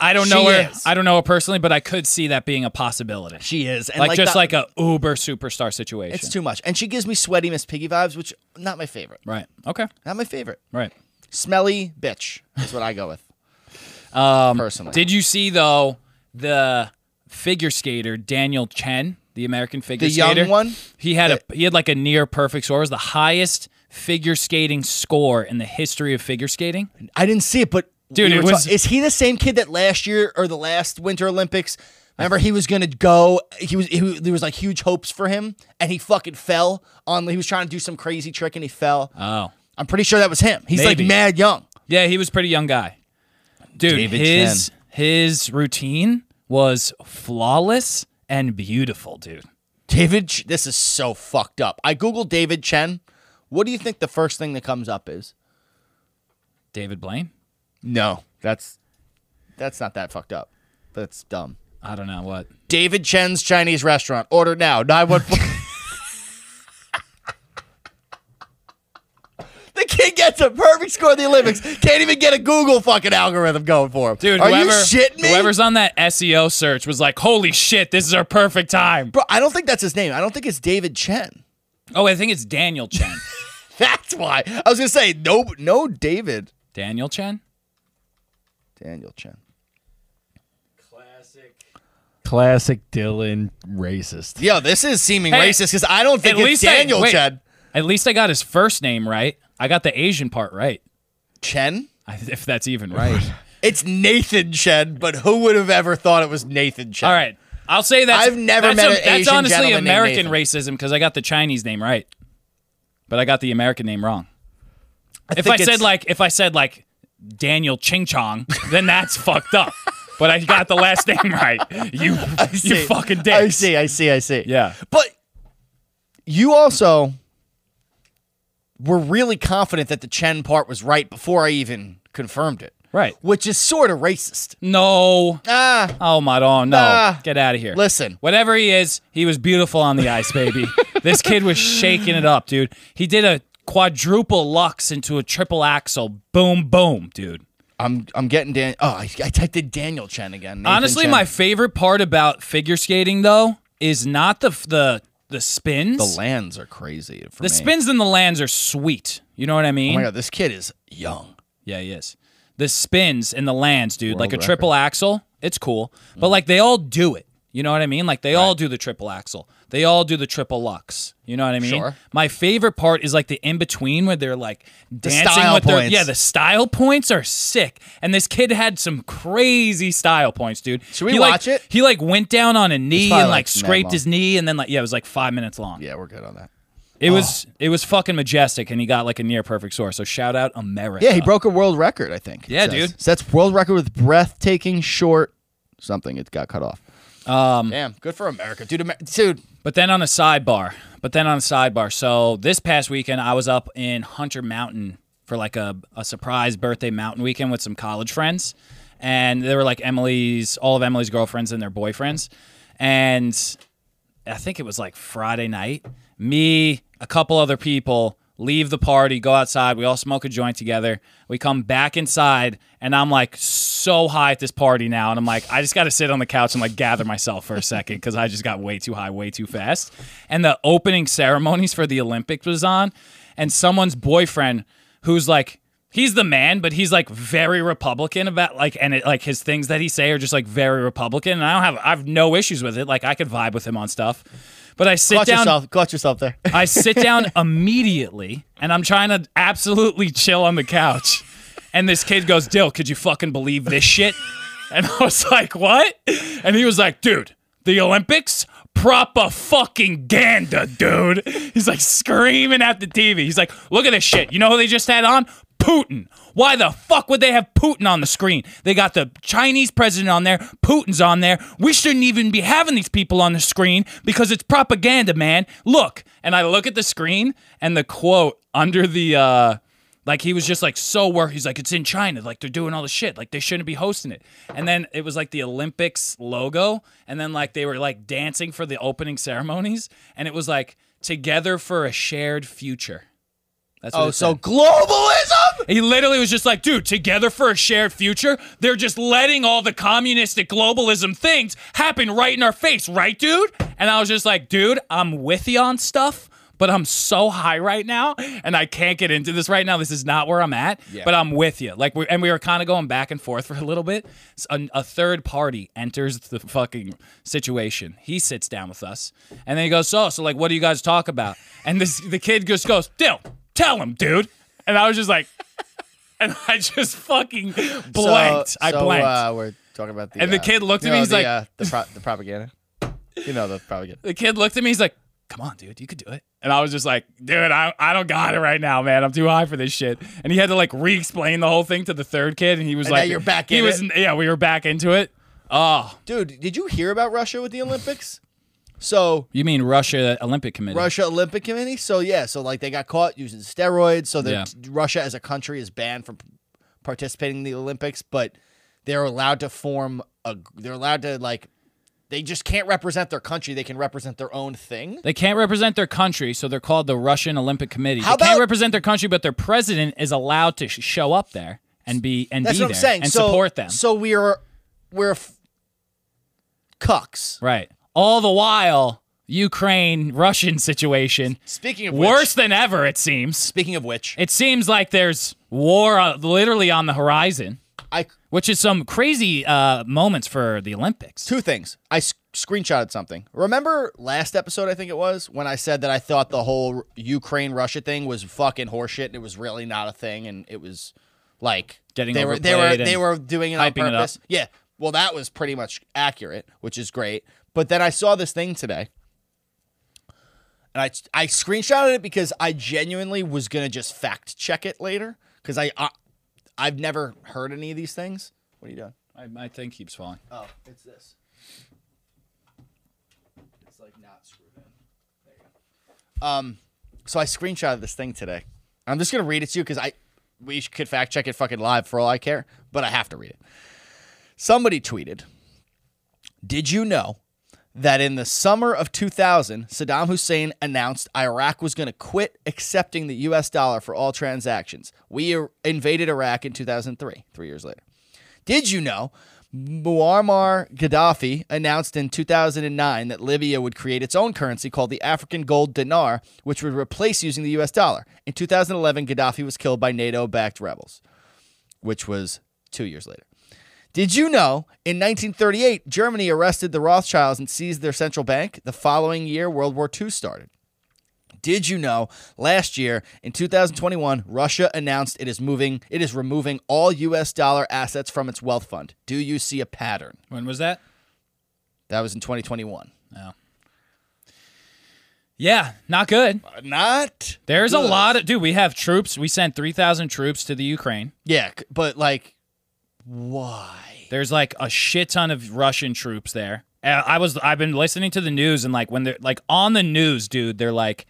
I don't know She her. is. I don't know her personally, but I could see that being a possibility. She is. And like, just the- like a uber superstar situation. it's too much. And she gives me sweaty Miss Piggy vibes, which not my favorite. right. Okay. Not my favorite. Right. Smelly bitch is what I go with. Um, personally, Did you see though the figure skater Daniel Chen, the American figure The young skater? one? He had a he had like a near perfect score. It was the highest figure skating score in the history of figure skating. I didn't see it, but Dude, we it were was- is he the same kid that last year or the last Winter Olympics? Remember, he was gonna go. He was. He, there was like huge hopes for him, and he fucking fell on. He was trying to do some crazy trick, and he fell. Oh. I'm I'm pretty sure that was him. He's Maybe. like mad young. Yeah, he was a pretty young guy. Dude, David his his routine was flawless and beautiful, dude. David, Ch- this is so fucked up. I googled David Chen. What do you think the first thing that comes up is? David Blaine? No, that's that's not that fucked up. That's dumb. I don't know what. David Chen's Chinese restaurant. Order now. 914. the kid gets a perfect score in the Olympics. Can't even get a Google fucking algorithm going for him. Dude, are whoever, you shitting me? whoever's on that SEO search was like, holy shit, this is our perfect time. Bro, I don't think that's his name. I don't think it's David Chen. Oh, I think it's Daniel Chen. That's why. I was going to say, no, no David. Daniel Chen? Daniel Chen. Classic Dylan racist. Yo, this is seeming Hey, racist because I don't think at it's least I- Daniel wait. Chen. At least I got his first name right. I got the Asian part right. Chen? I- If that's even right. It's Nathan Chen, but who would have ever thought it was Nathan Chen? All right. I'll say that I've never that's met a- an that's Asian honestly gentleman named American Nathan. racism because I got the Chinese name right, but I got the American name wrong. if think I said it's- like if I said like Daniel Ching Chong, then that's fucked up. But I got the last name right. You you see. fucking dicks. I see, I see, I see. Yeah. But you also were really confident that the Chen part was right before I even confirmed it. Right. Which is sort of racist. No. Ah, Oh my god. No. Ah. Get out of here. listen. Whatever he is, he was beautiful on the ice, baby. this kid was shaking it up, dude. He did a quadruple lux into a triple axle. Boom, boom, dude. I'm I'm getting Dan. Oh, I, I typed in Daniel Chen again. Nathan Honestly, Chen. my favorite part about figure skating though is not the the the spins. the lands are crazy. For The me. spins and the lands are sweet. You know what I Oh mean? my god, this kid is young. Yeah, he is. The spins and the lands, dude. like a triple axle, it's cool. Mm-hmm. But like they all do it. You know what I mean? Like they all do the triple axle. They all do the triple lux. You know what I mean? Sure. My favorite part is like the in between where they're like dancing style with their points. yeah. The style points are sick. And this kid had some crazy style points, dude. Should we He, like- watch it? He like went down on a knee probably, and like, like mad scraped long. his knee and then like yeah, it was like five minutes long. Yeah, Oh. we're good on that. It was it was fucking majestic, and he got like a near perfect score. So shout out America. Yeah, he broke a world record, I think. it Yeah, says. dude. So that's world record with breathtaking short something. It got cut off. Um, Damn, good for America, dude. Amer- dude, But then on a sidebar, but then on a sidebar. So this past weekend, I was up in Hunter Mountain for like a, a surprise birthday mountain weekend with some college friends. And they were like Emily's, all of Emily's girlfriends and their boyfriends. And I think it was like Friday night. Me, a couple other people leave the party, go outside. We all smoke a joint together. We come back inside, and I'm like so high at this party now. And I'm like, I just got to sit on the couch and like gather myself for a second because I just got way too high, way too fast. And the opening ceremonies for the Olympics was on, and someone's boyfriend who's like, he's the man, but he's like very Republican about like and it, like his things that he say are just like very Republican. And I don't have I've no issues with it. Like I could vibe with him on stuff. But I sit clutch down yourself, clutch yourself there. I sit down immediately and I'm trying to absolutely chill on the couch. And this kid goes, Dill, could you fucking believe this shit? And I was like, what? And he was like, dude, the Olympics? Proper fucking gander, dude. He's like screaming at the TV. He's like, look at this shit. You know who they just had on? Putin. Why the fuck would they have Putin on the screen? They got the Chinese president on there, Putin's on there. We shouldn't even be having these people on the screen because it's propaganda, man. Look. And I look at the screen and the quote under the uh like he was just like so worried. He's like, it's in China. Like they're doing all this shit. Like they shouldn't be hosting it. And then it was like the Olympics logo. And then like they were like dancing for the opening ceremonies. And it was like together for a shared future. That's what Oh, it so said. globalism? He literally was just like, dude, together for a shared future, they're just letting all the communistic globalism things happen right in our face, right, dude? And I was just like, dude, I'm with you on stuff, but I'm so high right now, and I can't get into this right now. This is not where I'm at, but I'm with you. Like, we, and we were kind of going back and forth for a little bit. S- A, a third party enters the fucking situation. He sits down with us, and then he goes, so, so like, what do you guys talk about? And this, the kid just goes, Dill, tell him, dude. And I was just like, and I just fucking blanked. So- I so, blanked. Uh, we're talking about the And the uh, kid looked you at me, know, he's the, like- uh, the, pro- the propaganda. You know the propaganda. the kid looked at me. He's like, come on, dude, you could do it. And I was just like, dude, I, I don't got it right now, man. I'm too high for this shit. And he had to like re-explain the whole thing to the third kid, and he was And now like, you're back He in was, it. yeah, we were back into it. Oh, Dude, did you hear about Russia with the Olympics? So you mean Russia Olympic Committee? Russia Olympic Committee. So yeah, so like they got caught using steroids. So Yeah. that Russia as a country is banned from participating in the Olympics, but they're allowed to form a. They're allowed to like. They just can't represent their country. They can represent their own thing. They can't represent their country, so they're called the Russian Olympic Committee. How they can't about- represent their country, but their president is allowed to sh- show up there and be and That's be what I'm there saying. and so support them. So we are we're f- cucks. right. All the while, Ukraine Russian situation Speaking of Which, worse than ever. It seems. speaking of which, It seems like there's war uh, literally on the horizon, I which is some crazy uh, moments for the Olympics. two things. I s- screenshotted something. Remember last episode, I think it was, when I said that I thought the whole Ukraine Russia thing was fucking horseshit and it was really not a thing and it was like Getting they were they were overplayed and they were doing it on hyping it up. purpose. Yeah. Well, that was pretty much accurate, which is great. But then I saw this thing today. And I I screenshotted it because I genuinely was going to just fact check it later cuz I, I I've never heard any of these things. What are you doing? My, my thing keeps falling. Oh, it's this. It's like not screwed in. There you go. Um, so I screenshotted this thing today. I'm just gonna read it to you because I we sh- could fact check it fucking live for all I care, but I have to read it. Somebody tweeted, "Did you know?" That in the summer of 2000, Saddam Hussein announced Iraq was going to quit accepting the US dollar for all transactions. We ir- invaded Iraq in 2003, three years later. Did you know Muammar Gaddafi announced in 2009 that Libya would create its own currency called the African gold dinar, which would replace using the US dollar? In 2011, Gaddafi was killed by NATO backed rebels, which was two years later. Did you know in 1938, Germany arrested the Rothschilds and seized their central bank? The following year, World War II started. Did you know last year in 2021 Russia announced it is moving it is removing all US dollar assets from its wealth fund. Do you see a pattern? When was that? That was in 2021. Yeah, not good. Not There's a good. lot of dude. We have troops. We sent three thousand troops to the Ukraine. Yeah, c- but like why? There's like a shit ton of Russian troops there. And I was I've been listening to the news and like when they're like on the news, dude, they're like,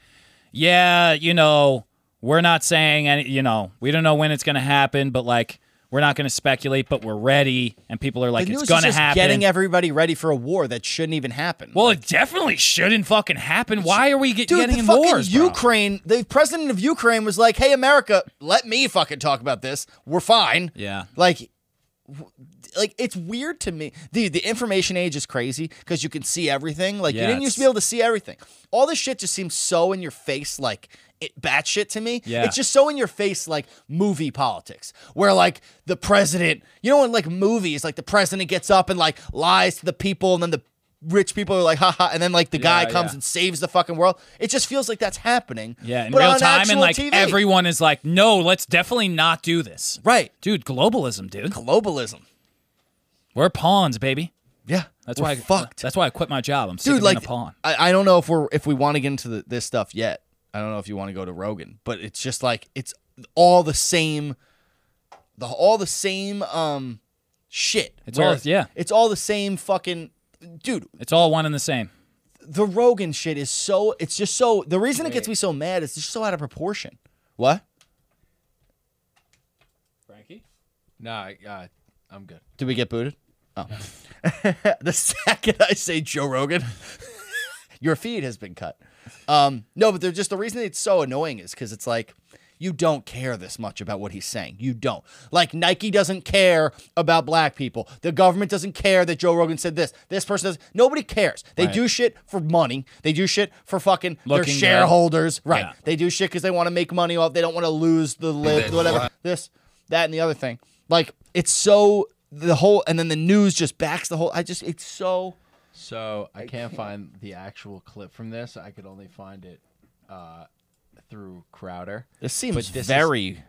yeah, you know, we're not saying any, you know, we don't know when it's gonna happen, but like we're not gonna speculate, but we're ready. And people are like, the news it's gonna is just happen. getting everybody ready for a war that shouldn't even happen. well, it definitely shouldn't fucking happen. Why are we get, Dude, getting the in fucking wars? bro? Ukraine, the president of Ukraine was like, "Hey, America, let me fucking talk about this. We're fine." Yeah. like, w- like it's weird to me. Dude, the information age is crazy because you can see everything. Like you Yeah, didn't used to be it's- able to see everything. All this shit just seems so in your face, like it batshit to me. Yeah. it's just so in your face, like movie politics, where like the president, you know, in like movies, like the president gets up and like lies to the people, and then the rich people are like, haha, and then like the guy Yeah, comes yeah. and saves the fucking world. It just feels like that's happening. Yeah, in but real on time, actual and like TV. everyone is like, no, let's definitely not do this. right Dude, globalism, dude. globalism. We're pawns, baby. Yeah, That's we're why I fucked. That's why I quit my job. I'm sick dude. of Like, being a pawn. I, I don't know if we're if we want to get into the, this stuff yet. I don't know if you want to go to Rogan, but it's just like it's all the same, the all the same um shit. It's all- yeah. It's all the same fucking dude. It's all one and the same. The Rogan shit is so. It's just so. The reason it gets me so mad is it's just so out of proportion. What? Frankie? Nah, uh, I'm good. Did we get booted? Oh. the second I say Joe Rogan, your feed has been cut. Um, no, but they're just the reason it's so annoying is because it's like you don't care this much about what he's saying. You don't. Like Nike doesn't care about black people. The government doesn't care that Joe Rogan said this. This person does. Nobody cares. They Right. do shit for money. They do shit for fucking Looking their good. shareholders. Right. Yeah. They do shit because they want to make money off. They don't want to lose the lid, whatever. This, that, and the other thing. Like it's so the whole, and then the news just backs the whole. I just it's so So I can't find the actual clip from this. I could only find it uh, through Crowder. this seems this is- very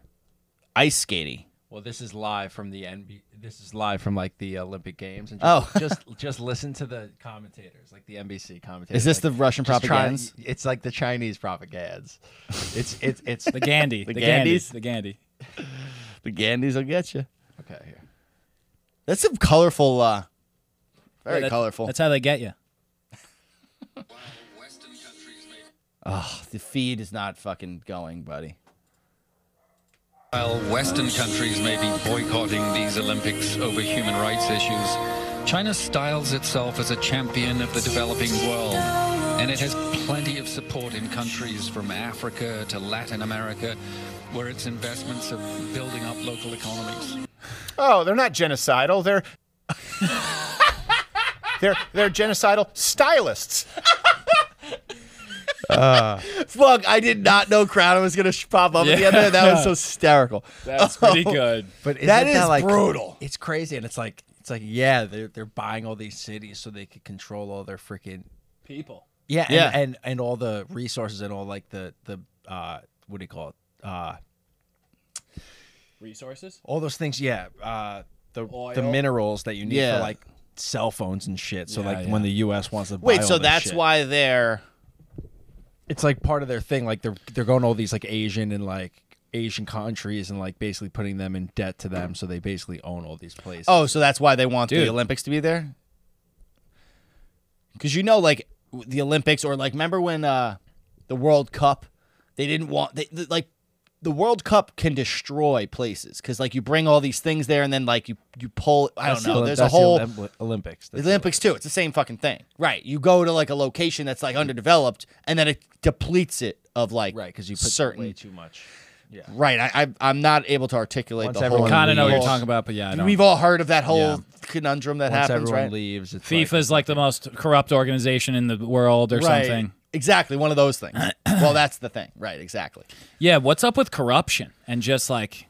ice skating. Well, this is live from the NB. This is live from like the Olympic Games, and Oh. just just, just listen to the commentators, like the NBC commentators. Is this the like, Russian just try- propagandas? it's like the Chinese propagandas. It's it's it's The Gandhi. The the, Gandhi. Gandhis? The Gandhi. The Gandhis will get you. okay. Here. That's some colorful, uh, Yeah, very that- colorful. That's how they get you. While Western countries may Oh, the feed is not fucking going, buddy. While Western countries may be boycotting these Olympics over human rights issues, China styles itself as a champion of the developing world, and it has plenty of support in countries from Africa to Latin America, where its investments are building up local economies. Oh, they're not genocidal. They're they're they're genocidal stylists. Fuck, I did not know Crown was gonna sh- pop up at the end there. That was Yeah. hysterical. That's Oh. pretty good. But isn't That is that like, brutal. It's crazy, and it's like it's like yeah, they're they're buying all these cities so they could control all their freaking People. yeah, Yeah. And, and and all the resources and all like the the uh what do you call it uh Resources. all those things yeah uh the Oil. the minerals that you need Yeah. for like cell phones and shit so Yeah, like yeah. when the US wants to buy Wait, all so this that's shit. why they're it's like part of their thing like they're they're going to all these like Asian and like Asian countries and like basically putting them in debt to them so they basically own all these places Oh, so that's why they want the Dude. Olympics to be there? Because you know, like w- the Olympics, or like remember when uh, the World Cup, they didn't want they, th- like the World Cup can destroy places because like you bring all these things there and then like you you pull I don't That's the know. Olymp- There's a that's the whole Olymp- Olympics the That's Olympics too. It's the same fucking thing, right? You go to like a location that's like underdeveloped and then it depletes it of like right cuz you put certain way too much yeah right. I, I I'm not able to articulate Once the whole. everyone Kind of know what you're Resources. talking about, but yeah, I don't. We've all heard of that whole Yeah. conundrum that once happens, everyone right? leaves it's like- FIFA's like the most corrupt organization in the world or something. Exactly, one of those things. well, that's the thing. Right, exactly. Yeah, what's up with corruption and just like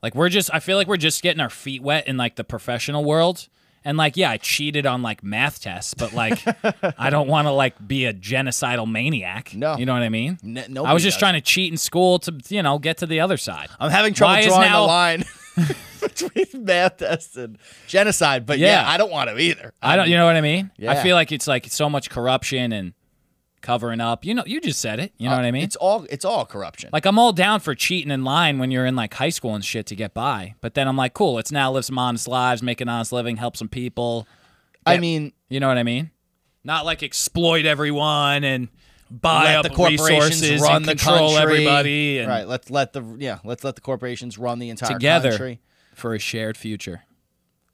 like we're just I feel like we're just getting our feet wet in like the professional world. And like, yeah, I cheated on like math tests, but like I don't want to like be a genocidal maniac. No. You know what I mean? N- I nobody was just does. trying to cheat in school to, you know, get to the other side. I'm having trouble Why is drawing now- the line between math tests and genocide, but yeah, Yeah. I don't want to either. I don't you know what I mean? Yeah. I feel like it's like so much corruption and covering up. You know, you just said it. You know what I mean? Uh, It's all it's all corruption. Like I'm all down for cheating in line when you're in like high school and shit to get by. But then I'm like, cool, let's now live some honest lives, make an honest living, help some people. I mean, You know what I mean? Not like exploit everyone and buy let up the corporations resources run and the control country. everybody and right, let's let the yeah, let's let the corporations run the entire Together. country. for a shared future.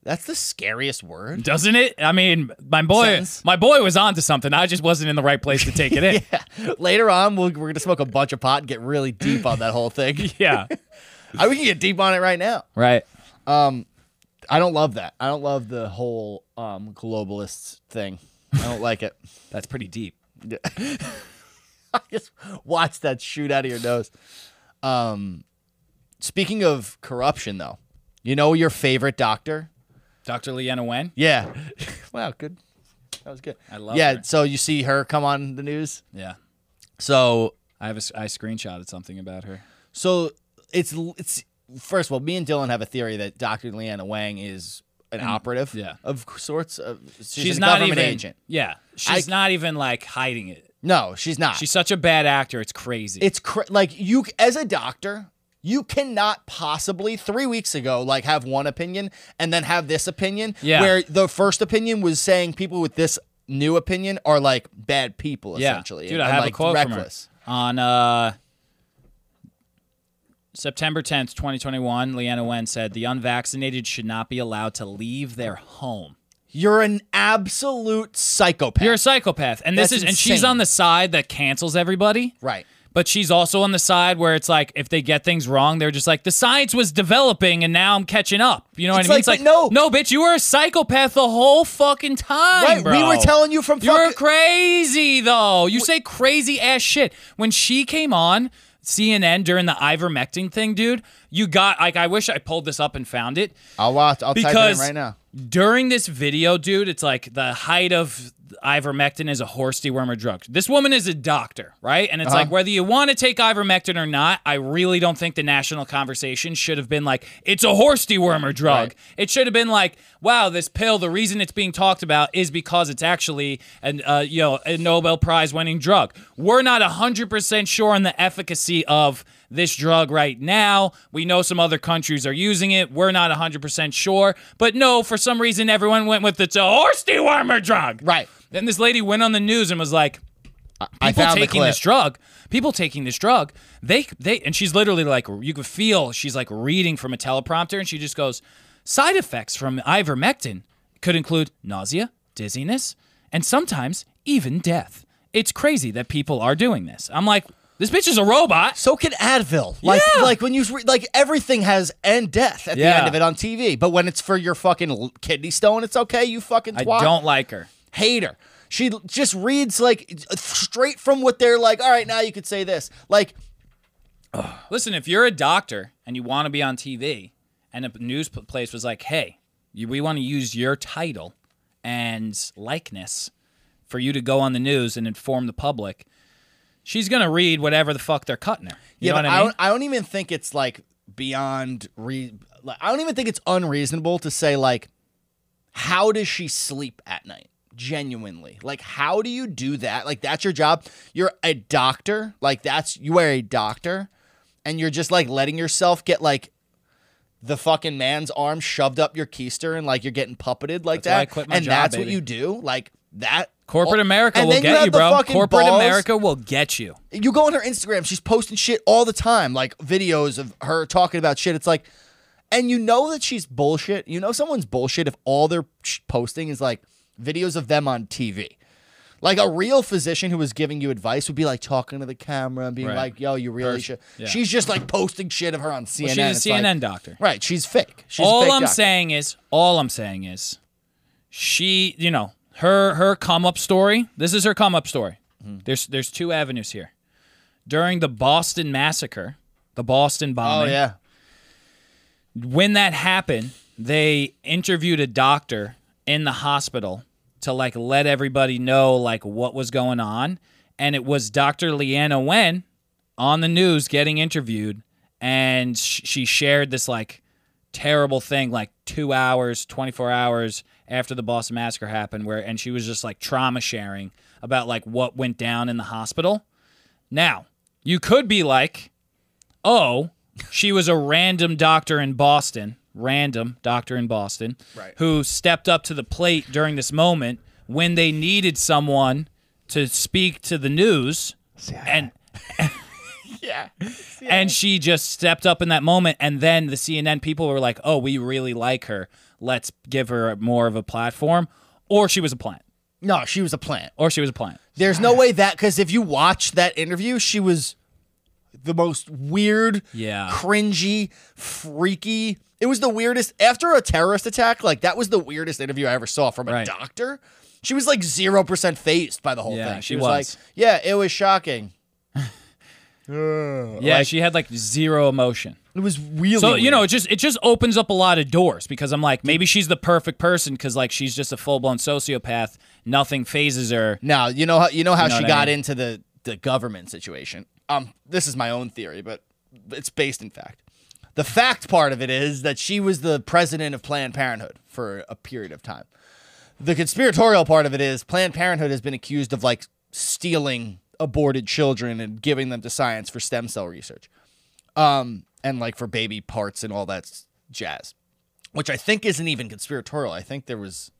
That's the scariest word. Doesn't it? I mean, my boy, Sentence. my boy was onto something. I just wasn't in the right place to take it in. Later on, we'll, we're gonna smoke a bunch of pot and get really deep on that whole thing. yeah. I, we can get deep on it right now. Um, Right. I don't love that. I don't love the whole um, globalist thing. I don't like it. That's pretty deep. just watch that shoot out of your nose. Um, speaking of corruption, though, you know your favorite doctor? Dr. Leanna Wen? Yeah. wow, good. That was good. I love Yeah. her. So you see her come on the news. Yeah. So, I have a s- I screenshotted something about her. so it's it's first of all, me and Dylan have a theory that Doctor Leanna Wang is an operative, Mm. yeah. of sorts. Of she's, she's a not government even agent. Yeah, she's I- not even like hiding it. No, she's not. She's such a bad actor. It's crazy. it's cra- like you as a doctor you cannot possibly three weeks ago like have one opinion and then have this opinion Yeah. where the first opinion was saying people with this new opinion are like bad people yeah, essentially dude. and, I have like a quote reckless from her on uh, September tenth, twenty twenty one. Leanna Wen said, "The unvaccinated should not be allowed to leave their home." you're an absolute psychopath You're a psychopath, and this That's is and she's insane. on the side that cancels everybody. right But she's also on the side where it's like if they get things wrong, they're just like the science was developing and now I'm catching up. You know what It's I mean? like, but no. no, bitch, you were a psychopath the whole fucking time, right we were bro. telling you from You're fucking crazy though. You say crazy ass shit. When she came on CNN during the ivermectin thing, dude, you got like I wish I pulled this up and found it I'll watch I'll type it in because right now during this video, dude, it's like the height of ivermectin is a horse dewormer drug. This woman is a doctor, right? And it's Uh-huh. like whether you want to take ivermectin or not, I really don't think the national conversation should have been like it's a horse dewormer drug. It should have been like, wow, this pill. The reason it's being talked about is because it's actually an uh, you know a Nobel Prize winning drug. We're not hundred percent sure on the efficacy of this drug right now. We know some other countries are using it. We're not 100% sure. But no, for some reason, everyone went with it's a horse dewormer drug. Right. Then this lady went on the news and was like, I people found the taking clip. this drug, people taking this drug, they they and she's literally like you could feel she's like reading from a teleprompter and she just goes, side effects from ivermectin could include nausea, dizziness, and sometimes even death. It's crazy that people are doing this. I'm like, this bitch is a robot. So can Advil. Like Yeah. like when you re- like everything has end death at the Yeah. end of it on TV. But when it's for your fucking l- kidney stone, it's okay. You fucking I twat. don't like her. hate her. She l- just reads like straight from what they're like. All right, now you could say this. Like Listen, if you're a doctor and you want to be on TV, and a news p- place was like, "Hey, you, we want to use your title and likeness for you to go on the news and inform the public," she's gonna read whatever the fuck they're cutting her. You yeah, know but what I mean? don't, I don't even think it's like beyond re. Like, I don't even think it's unreasonable to say like, how does she sleep at night? Genuinely, like, how do you do that? Like, that's your job. You're a doctor. Like, that's you are a doctor, and you're just like letting yourself get like. The fucking man's arm shoved up your keister and like you're getting puppeted like That's why I that, quit my and job, that's what baby. you do. Like that Corporate America Oh, and will then get have you, the bro. fucking Corporate balls- America will get you. you go on her Instagram, she's posting shit all the time, like videos of her talking about shit. It's like, and you know that she's bullshit. You know someone's bullshit if all they're sh- posting is like videos of them on TV. Like a real physician who was giving you advice would be like talking to the camera and being Right. like, "Yo, you really Pers- should." yeah. She's just like posting shit of her on CNN. Well, It's she's a like- CNN doctor. right? She's fake. She's a all fake I'm doctor. saying is, all I'm saying is, she, you know, her her come up story. This is her come up story. Mm-hmm. There's there's two avenues here. During the Boston massacre, the Boston Oh bombing, yeah, when that happened, they interviewed a doctor in the hospital to like let everybody know like what was going on, and it was Dr. Leanna Wen on the news getting interviewed, and sh- she shared this like terrible thing like two hours, 24 hours after the Boston massacre happened, where and she was just like trauma sharing about like what went down in the hospital. Now you could be like oh, she was a random doctor in Boston, random doctor in Boston, right. who stepped up to the plate during this moment when they needed someone to speak to the news and yeah. And she just stepped up in that moment and then the CNN people were like, "Oh, we really like her. Let's give her more of a platform." Or she was a plant. no, she was a plant. Or she was a plant. There's no way that because if you watch that interview, she was the most weird, Yeah. cringy, freaky. It was the weirdest after a terrorist attack. Like that was the weirdest interview I ever saw from a Right. doctor. She was like zero percent phased by the whole Yeah, thing. she was. like, "Yeah, it was shocking. Yeah, she had like zero emotion. It was really." So you weird. know, it just it just opens up a lot of doors because I'm like, maybe she's the perfect person because like she's just a full blown sociopath. Nothing phases her. Now you know how you know how know she what I got mean? into the the government situation. Um, this is my own theory, but it's based in fact. The fact part of it is that she was the president of Planned Parenthood for a period of time. The conspiratorial part of it is Planned Parenthood has been accused of like stealing aborted children and giving them to science for stem cell research, um, and like for baby parts and all that s- jazz, which I think isn't even conspiratorial. I think there was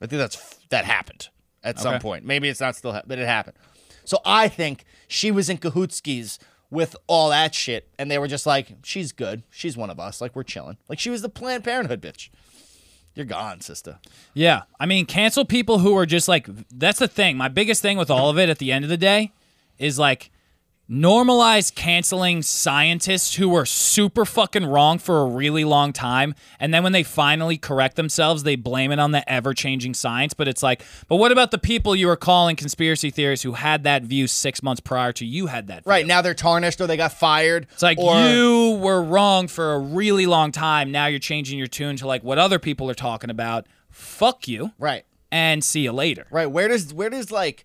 I think that's that happened at some point. Maybe it's not still, hap- but it happened. So I think she was in Kahootskis with all that shit, and they were just like, "She's good. She's one of us. Like we're chilling. Like she was the Planned Parenthood bitch. You're gone, sister. Yeah, I mean, cancel people who are just like that's the thing. My biggest thing with all of it at the end of the day is like normalize canceling scientists who were super fucking wrong for a really long time and then when they finally correct themselves they blame it on the ever-changing science but it's like but what about the people you were calling conspiracy theorists who had that view 6 months prior to you had that view? Right now they're tarnished or they got fired. It's like or, you were wrong for a really long time. Now you're changing your tune to like what other people are talking about. Fuck you. Right. and see you later. Right. Where does where does like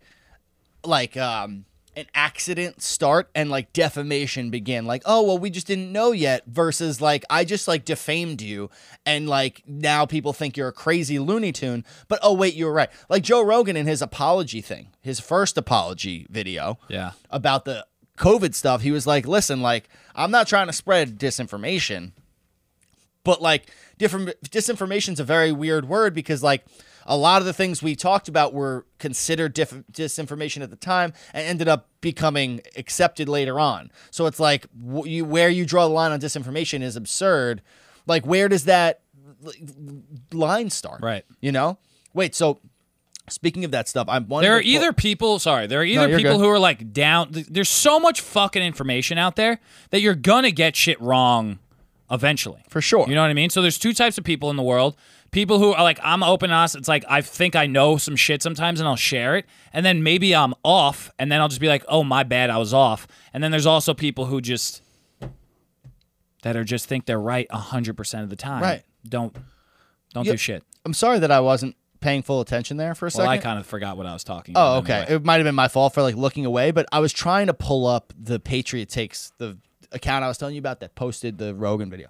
like um an accident start and like defamation begin? Like, oh well, we just didn't know yet versus like I just like defamed you and like now people think you're a crazy looney tune, but oh wait, you were right. Like Joe Rogan in his apology thing, his first apology video. Yeah. About the COVID stuff, he was like, "Listen, like I'm not trying to spread disinformation." but like different disinformation's a very weird word because like a lot of the things we talked about were considered diff- disinformation at the time and ended up becoming accepted later on. So it's like wh- you, where you draw the line on disinformation is absurd. Like where does that l- line start? Right. You know. Wait. So speaking of that stuff, I'm wondering. There are either people, sorry, there are either you're people good. who are like down. th- There's so much fucking information out there that you're gonna get shit wrong eventually. for sure. You know what I mean? So there's two types of people in the world. People who are like, I'm open and honest. It's like I think I know some shit sometimes and I'll share it. And then maybe I'm off and then I'll just be like, oh my bad, I was off. And then there's also people who just that are just think they're right hundred percent of the time. Right. Don't don't Yeah. do shit. I'm sorry that I wasn't paying full attention there for a Well, second. I kind of forgot what I was talking Oh, about. okay. anyway. It might have been my fault for like looking away, but I was trying to pull up the Patriot Takes, the account I was telling you about that posted the Rogan video.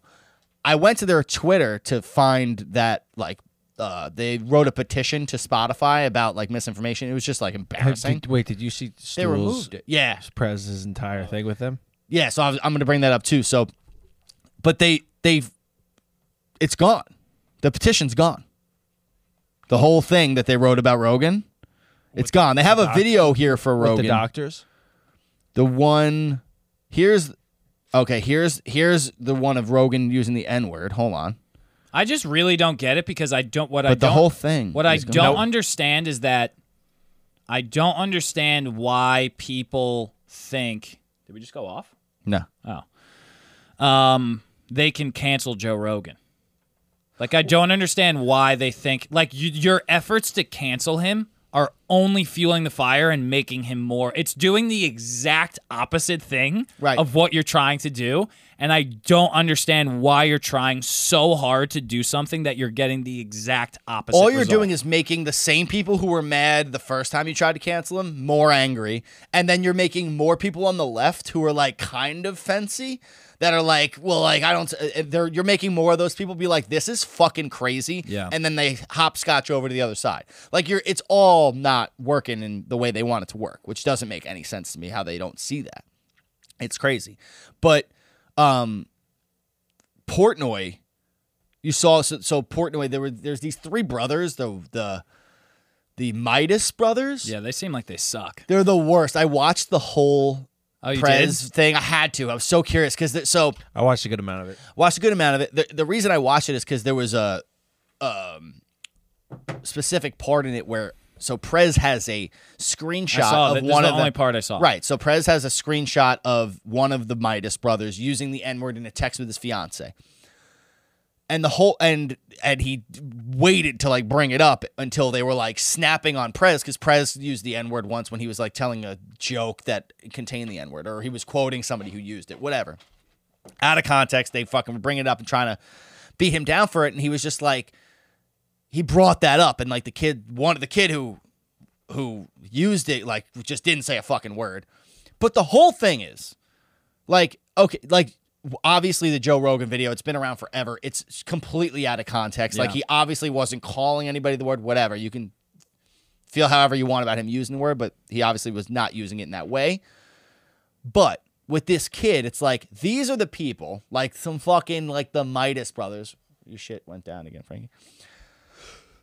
I went to their Twitter to find that like uh, they wrote a petition to Spotify about like misinformation. It was just like embarrassing. Did, wait, did you see Stools They removed it. Yeah, Prez's entire thing with them? yeah. So I was, I'm going to bring that up too. So, but they they've it's gone. The petition's gone. The whole thing that they wrote about Rogan, it's gone. They have a video here for Rogan. With the doctors? the one here's okay here's here's the one of rogan using the n word hold on I just really don't get it because I don't what I but the don't- whole thing What I is gone. don't understand is that I don't understand why people think. Did we just go off? no Um, they can cancel Joe Rogan. Like I don't understand why they think like you, your efforts to cancel him are only fueling the fire and making him more. It's doing the exact opposite thing Right. of what you're trying to do, and I don't understand why you're trying so hard to do something that you're getting the exact opposite. all you're result. doing is making the same people who were mad the first time you tried to cancel him more angry and then you're making more people on the left who are like kind of fancy that are like well like i don't uh, uh, they're you're making more of those people be like this is fucking crazy Yeah. and then they hopscotch over to the other side like you're it's all not working in the way they want it to work which doesn't make any sense to me how they don't see that It's crazy. But um Portnoy, you saw so, so Portnoy there were there's these three brothers, the the the Midas brothers. yeah. They seem like they suck. They're the worst. I watched the whole Oh, you Prez did? thing. I had to. I was so curious because so I watched a good amount of it. watched a good amount of it. The, the reason I watched it is because there was a um, specific part in it where so Prez has a screenshot I saw of that. This is one the of only part I saw. Right. So Prez has a screenshot of one of the Midas brothers using the N word in a text with his fiance. And the whole and and he waited to like bring it up until they were like snapping on Prez because Prez used the N word once when he was like telling a joke that contained the N word or he was quoting somebody who used it, whatever out of context. They fucking bring it up and trying to beat him down for it. And he was just like, he brought that up, and like the kid, one of the kid who who used it, like just didn't say a fucking word. But the whole thing is, like, okay, like obviously the Joe Rogan video, it's been around forever. It's completely out of context. Like Yeah. he obviously wasn't calling anybody the word, whatever. You can feel however you want about him using the word, but he obviously was not using it in that way. But with this kid, it's like these are the people, like some fucking like the Midas brothers. Your shit went down again, Frankie.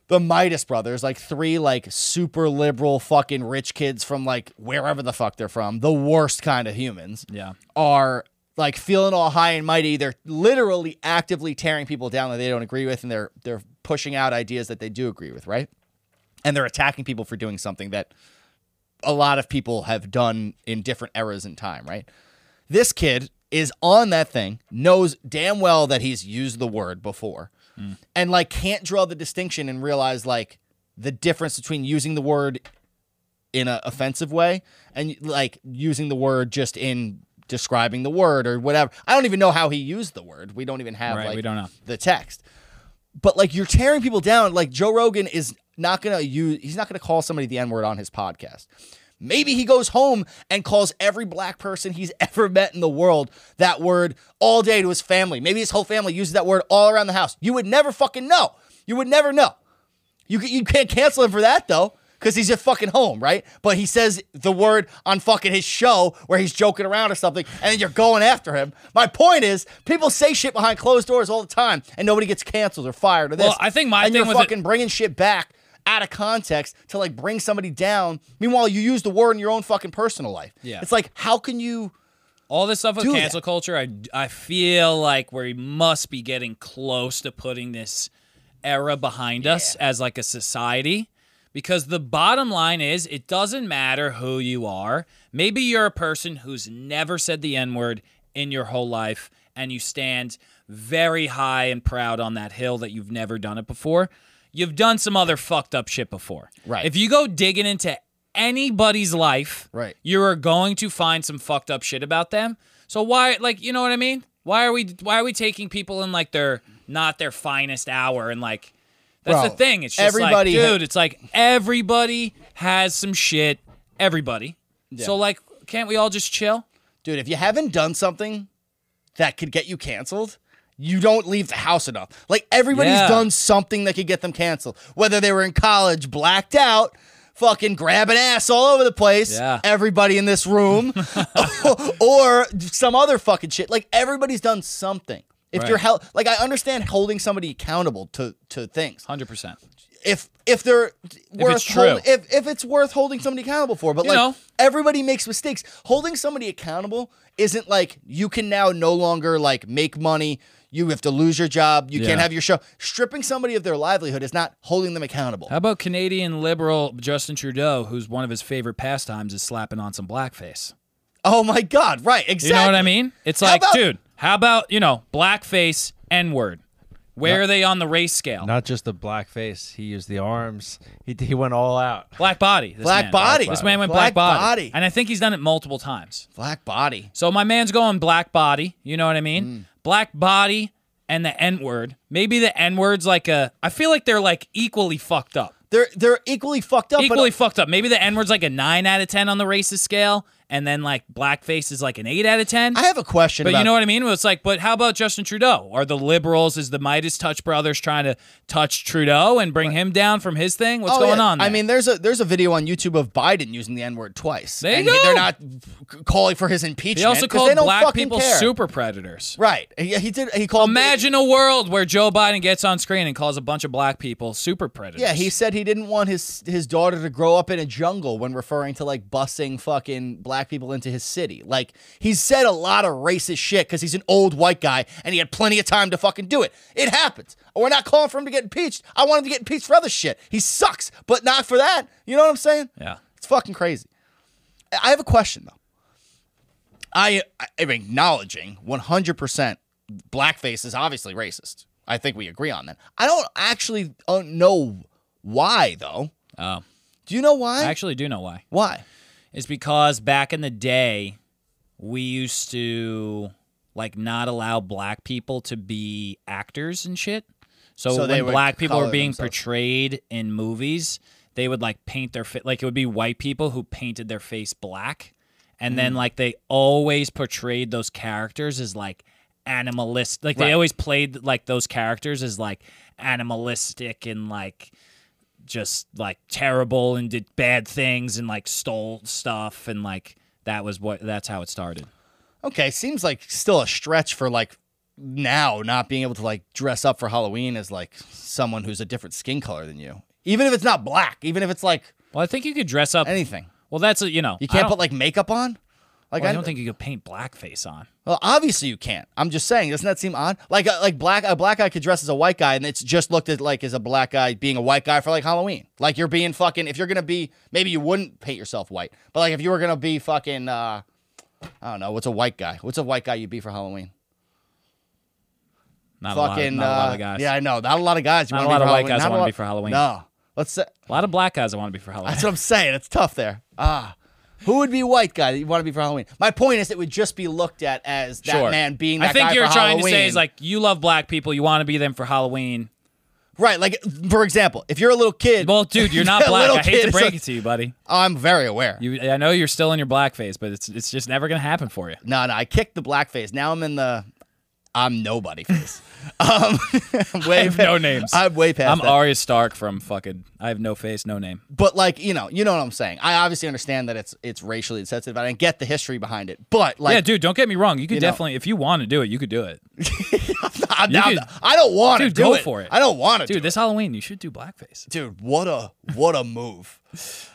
The Midas brothers, like three like super liberal fucking rich kids from like wherever the fuck they're from, the worst kind of humans Yeah. are like feeling all high and mighty. They're literally actively tearing people down that they don't agree with, and they're they're pushing out ideas that they do agree with, right? And they're attacking people for doing something that a lot of people have done in different eras in time, right? This kid is on that thing, knows damn well that he's used the word before, and like can't draw the distinction and realize like the difference between using the word in an offensive way and like using the word just in describing the word or whatever. I don't even know how he used the word. We don't even have Right, like we don't know. the text. But like you're tearing people down. Like Joe Rogan is not gonna use he's not gonna call somebody the N-word on his podcast. Maybe he goes home and calls every black person he's ever met in the world that word all day to his family. Maybe his whole family uses that word all around the house. You would never fucking know. You would never know. You ca- you can't cancel him for that though, because he's at fucking home, right? But he says the word on fucking his show where he's joking around or something, and then you're going after him. My point is, people say shit behind closed doors all the time, and nobody gets canceled or fired or this. Well, I think my and thing you're with it- fucking bringing shit back out of context to like bring somebody down. Meanwhile, you use the word in your own fucking personal life. Yeah. it's like how can you? All this stuff with Do that. cancel culture, I, I feel like we must be getting close to putting this era behind us as like a society because the bottom line is it doesn't matter who you are. Maybe you're a person who's never said the N word in your whole life and you stand very high and proud on that hill that you've never done it before. You've done some other fucked up shit before. Right. If you go digging into anybody's life, Right. you are going to find some fucked up shit about them. So why, like, you know what I mean? Why are we, why are we taking people in like their not their finest hour and like, that's Bro, the thing. It's just everybody like, ha- dude, it's like everybody has some shit. Everybody. So like, can't we all just chill? dude, if you haven't done something that could get you canceled, you don't leave the house enough. Like everybody's Yeah. done something that could get them canceled. Whether they were in college, blacked out, fucking grabbing ass all over the place, Yeah. everybody in this room, or some other fucking shit. Like everybody's done something. If you're Right. held, like I understand holding somebody accountable to to things. Hundred percent. If if they're worth true. holding- if if it's worth holding somebody accountable for, but You like know. everybody makes mistakes. Holding somebody accountable isn't like you can now no longer like make money. You have to lose your job. You can't Yeah. have your show. Stripping somebody of their livelihood is not holding them accountable. How about Canadian liberal Justin Trudeau, who's one of his favorite pastimes is slapping on some blackface? Oh my God! Right? Exactly. You know what I mean? It's How like, about- dude, how about, you know, blackface, N word? Where are they on the race scale? Not just the black face. He used the arms. He, he went all out. black body. This Black man. body. This man went Black black, body. body. And I think he's done it multiple times. Black body. So my man's going black body. You know what I mean? Mm. Black body and the N word. Maybe the N word's like a, I feel like they're like equally fucked up. They're they're equally fucked up. Equally But, fucked up. Maybe the N word's like a 9 out of 10 on the racist scale. And then like blackface is like an 8 out of 10. I have a question. But about you know what I mean? It's like, but how about Justin Trudeau? Are the liberals, is the Midas Touch brothers trying to touch Trudeau and bring him down from his thing? What's Oh, going yeah. on? I there? mean, there's a there's a video on YouTube of Biden using the N word twice. There you and go. They're not c- calling for his impeachment. they also 'cause called they don't black fucking people care. super predators. Right. He, he did. He called. Imagine a world where Joe Biden gets on screen and calls a bunch of black people super predators. Yeah, he said he didn't want his his daughter to grow up in a jungle when referring to like busing fucking black people into his city. Like he's said a lot of racist shit because he's an old white guy and he had plenty of time to fucking do it. It happens. We're not calling for him to get impeached. I want him to get impeached for other shit. He sucks, but not for that. You know what I'm saying? Yeah. It's fucking crazy. I- I have a question though. I I- am acknowledging 100% blackface is obviously racist. I think we agree on that. I don't actually uh, know why though. Oh. Do you know why? I actually do know why. why? It's because back in the day, we used to like not allow black people to be actors and shit. So, So they when would black people color were being themselves. portrayed in movies, they would like paint their face like it would be white people who painted their face black, and then Mm. like they always portrayed those characters as like animalist. Like they always played like those characters as like animalistic and like just like terrible and did bad things and like stole stuff and like that was what that's how it started. Okay, seems like still a stretch for like now not being able to like dress up for Halloween as like someone who's a different skin color than you. Even if it's not black, even if it's like Well, I think you could dress up. anything. well, that's a, you know You I can't don't- put like makeup on? Like well, I don't think you could paint blackface on. Well, obviously you can't. I'm just saying, doesn't that seem odd? Like a, like black a black guy could dress as a white guy, and it's just looked at like as a black guy being a white guy for like Halloween. Like you're being fucking. If you're gonna be, maybe you wouldn't paint yourself white, but like if you were gonna be fucking, uh, I don't know, what's a white guy? What's a white guy you'd be for Halloween? Not fucking. a, lot, not a lot uh, of guys. Yeah, I know. Not a lot of guys. You Not a wanna be lot of for white Halloween. guys Not I wanna a be lot- for Halloween. No, let's. Say, a lot of black guys I want to be for Halloween. that's what I'm saying. It's tough there. Ah. Who would be white guy that you want to be for Halloween? My point is, it would just be looked at as that man being. That I think guy you're for trying to Halloween. say is like you love black people, you want to be them for Halloween. Right, like for example, if you're a little kid, Well, dude, you're not a black. little I hate kid to is break like- "Oh, it to you, buddy. I'm very aware. You, I know you're still in your black phase, but it's it's just never gonna happen for you. no, no, I kicked the black face. Now I'm in the I'm nobody face. um, I'm way I have pa- no names. I'm way past. I'm that. Arya Stark from fucking. I have no face, no name. but like you know, you know what I'm saying. I obviously understand that it's it's racially insensitive. and I get the history behind it, but like, yeah, dude, don't get me wrong. You could you know- definitely, if you want to do it, you could do it. I'm you not- could- I don't want to Dude, do go it. for it. I don't want to, Dude, this Halloween, you should do blackface. Dude, what a what a move.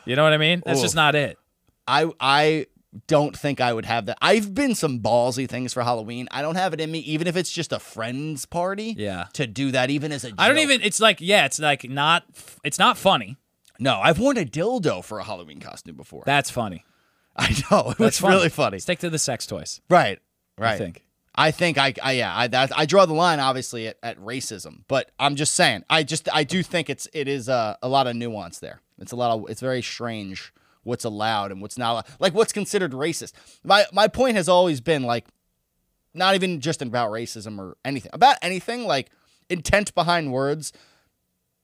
You know what I mean? That's just Oof. not it. I I don't think I would have that. I've been some ballsy things for Halloween. I don't have it in me, even if it's just a friend's party. Yeah. To do that, even as a I don't joke. even. It's like, yeah, it's like not. f- It's not funny. No, I've worn a dildo for a Halloween costume before. That's funny. I know it was That's really funny. Stick to the sex toys. Right. Right. think. I think I, I yeah, I that, I draw the line obviously at, at racism, but I'm just saying, I just I do think it's it is uh, a lot of nuance there. It's a lot of it's very strange what's allowed and what's not allowed. like what's considered racist. My my point has always been like not even just about racism or anything. About anything like intent behind words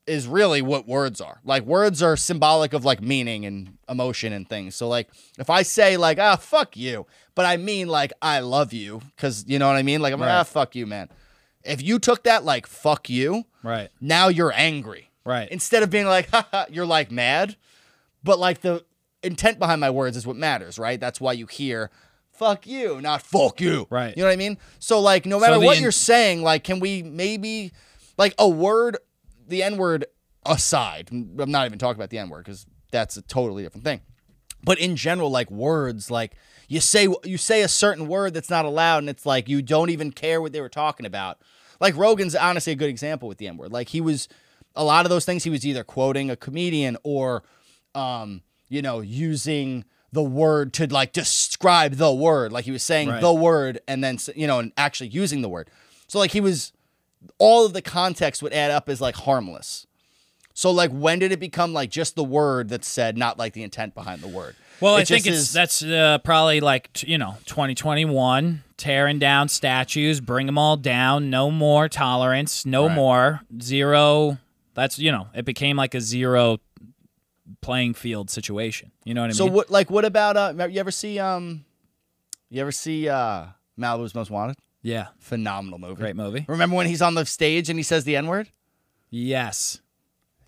is really what words are. Like words are symbolic of like meaning and emotion and things. So like if I say like ah fuck you, but I mean like I love you cuz you know what I mean? Like I'm like ah fuck you, man. If you took that like fuck you, Right. now you're angry. Right. Instead of being like haha, you're like mad, but like the intent behind my words is what matters, right? That's why you hear fuck you, not fuck you. Right. You know what I mean? So like no matter the what in- you're saying, like can we maybe like a word the N word aside. I'm not even talking about the N word because that's a totally different thing. But in general, like words, like you say you say a certain word that's not allowed, and it's like you don't even care what they were talking about. Like Rogan's honestly a good example with the N word. Like he was a lot of those things he was either quoting a comedian or um, you know, using the word to like describe the word. Like he was saying Right. the word and then s- you know, and actually using the word. So like he was all of the context would add up as like harmless. So like when did it become like just the word that's said, not like the intent behind the word? Well, It I think just it's is- that's uh, probably like t- you know 2021 tearing down statues, bring them all down. No more tolerance. No more zero. That's you know it became like a zero playing field situation. You know what I so mean? what like what about uh you ever see um you ever see uh Malibu's Most Wanted? yeah, Phenomenal movie. great movie. Remember when he's on the stage and he says the N-word? Yes,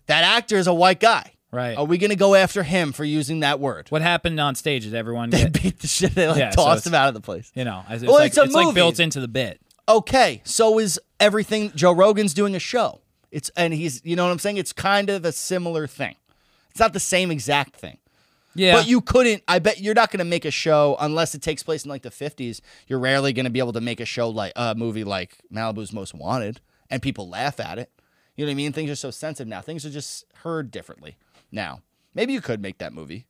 That actor is a white guy. right. Are we gonna go after him for using that word? what happened on stage? Did everyone They get beat the shit. They like Yeah, so tossed it's- him out of the place. you know? It's, Well, like, it's a like movie. built into the bit. okay, so is everything Joe Rogan's doing a show. It's and he's you know what I'm saying? It's kind of a similar thing. It's not the same exact thing. Yeah, But you couldn't I bet you're not gonna make a show unless it takes place in like the fifties. You're rarely gonna be able to make a show like a movie like Malibu's Most Wanted and people laugh at it. You know what I mean? Things are so sensitive now. Things are just heard differently now. Maybe you could make that movie.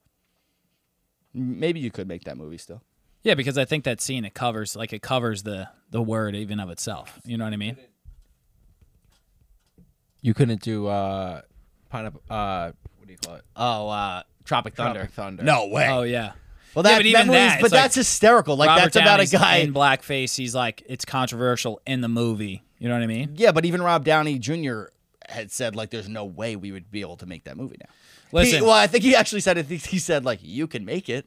M- Maybe you could make that movie still. yeah, because I think that scene it covers like it covers the the word even of itself. You know what I mean? You couldn't do uh, pineapple. Uh, what do you call it? Oh, uh Tropic Thunder. Tropic Thunder. No way. Oh yeah. Well, Yeah, that but even memories, that, but it's like that's hysterical. Like Robert that's about a Downey's guy. in blackface. He's like, it's controversial in the movie. You know what I mean? yeah, but even Rob Downey Jr. had said like, "There's no way we would be able to make that movie now." He- Listen. well, I think he actually said. I think he said like, "You can make it."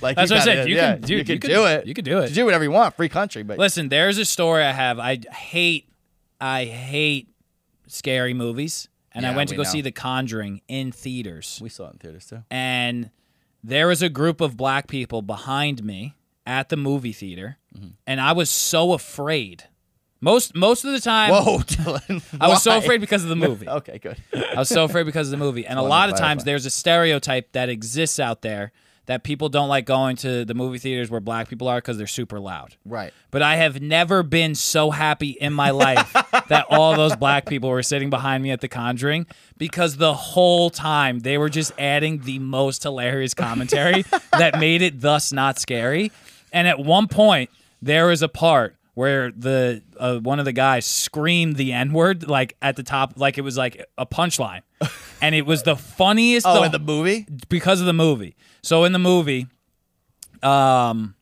Like That's he what I kinda- said. You yeah, can- dude, you can- do it. you can do it. Do whatever you want. Free country, but Listen, there's a story I have. I hate, I hate scary movies, and I Yeah, went to we go know. see The Conjuring in theaters. we saw it in theaters too. and there was a group of black people behind me at the movie theater, Mm-hmm. and I was so afraid. Most most of the time, Whoa, Dylan! I was so why? afraid because of the movie. Okay, good. I was so afraid because of the movie. And a Wanted lot to of times clarify. there's a stereotype that exists out there that people don't like going to the movie theaters where black people are because they're super loud. Right. But I have never been so happy in my life that all those black people were sitting behind me at The Conjuring because the whole time they were just adding the most hilarious commentary that made it thus not scary. And at one point, there is a part where the uh, one of the guys screamed the n word like at the top, like it was like a punchline, and it was the funniest. Oh, the- in the movie, because of the movie. So in the movie, um,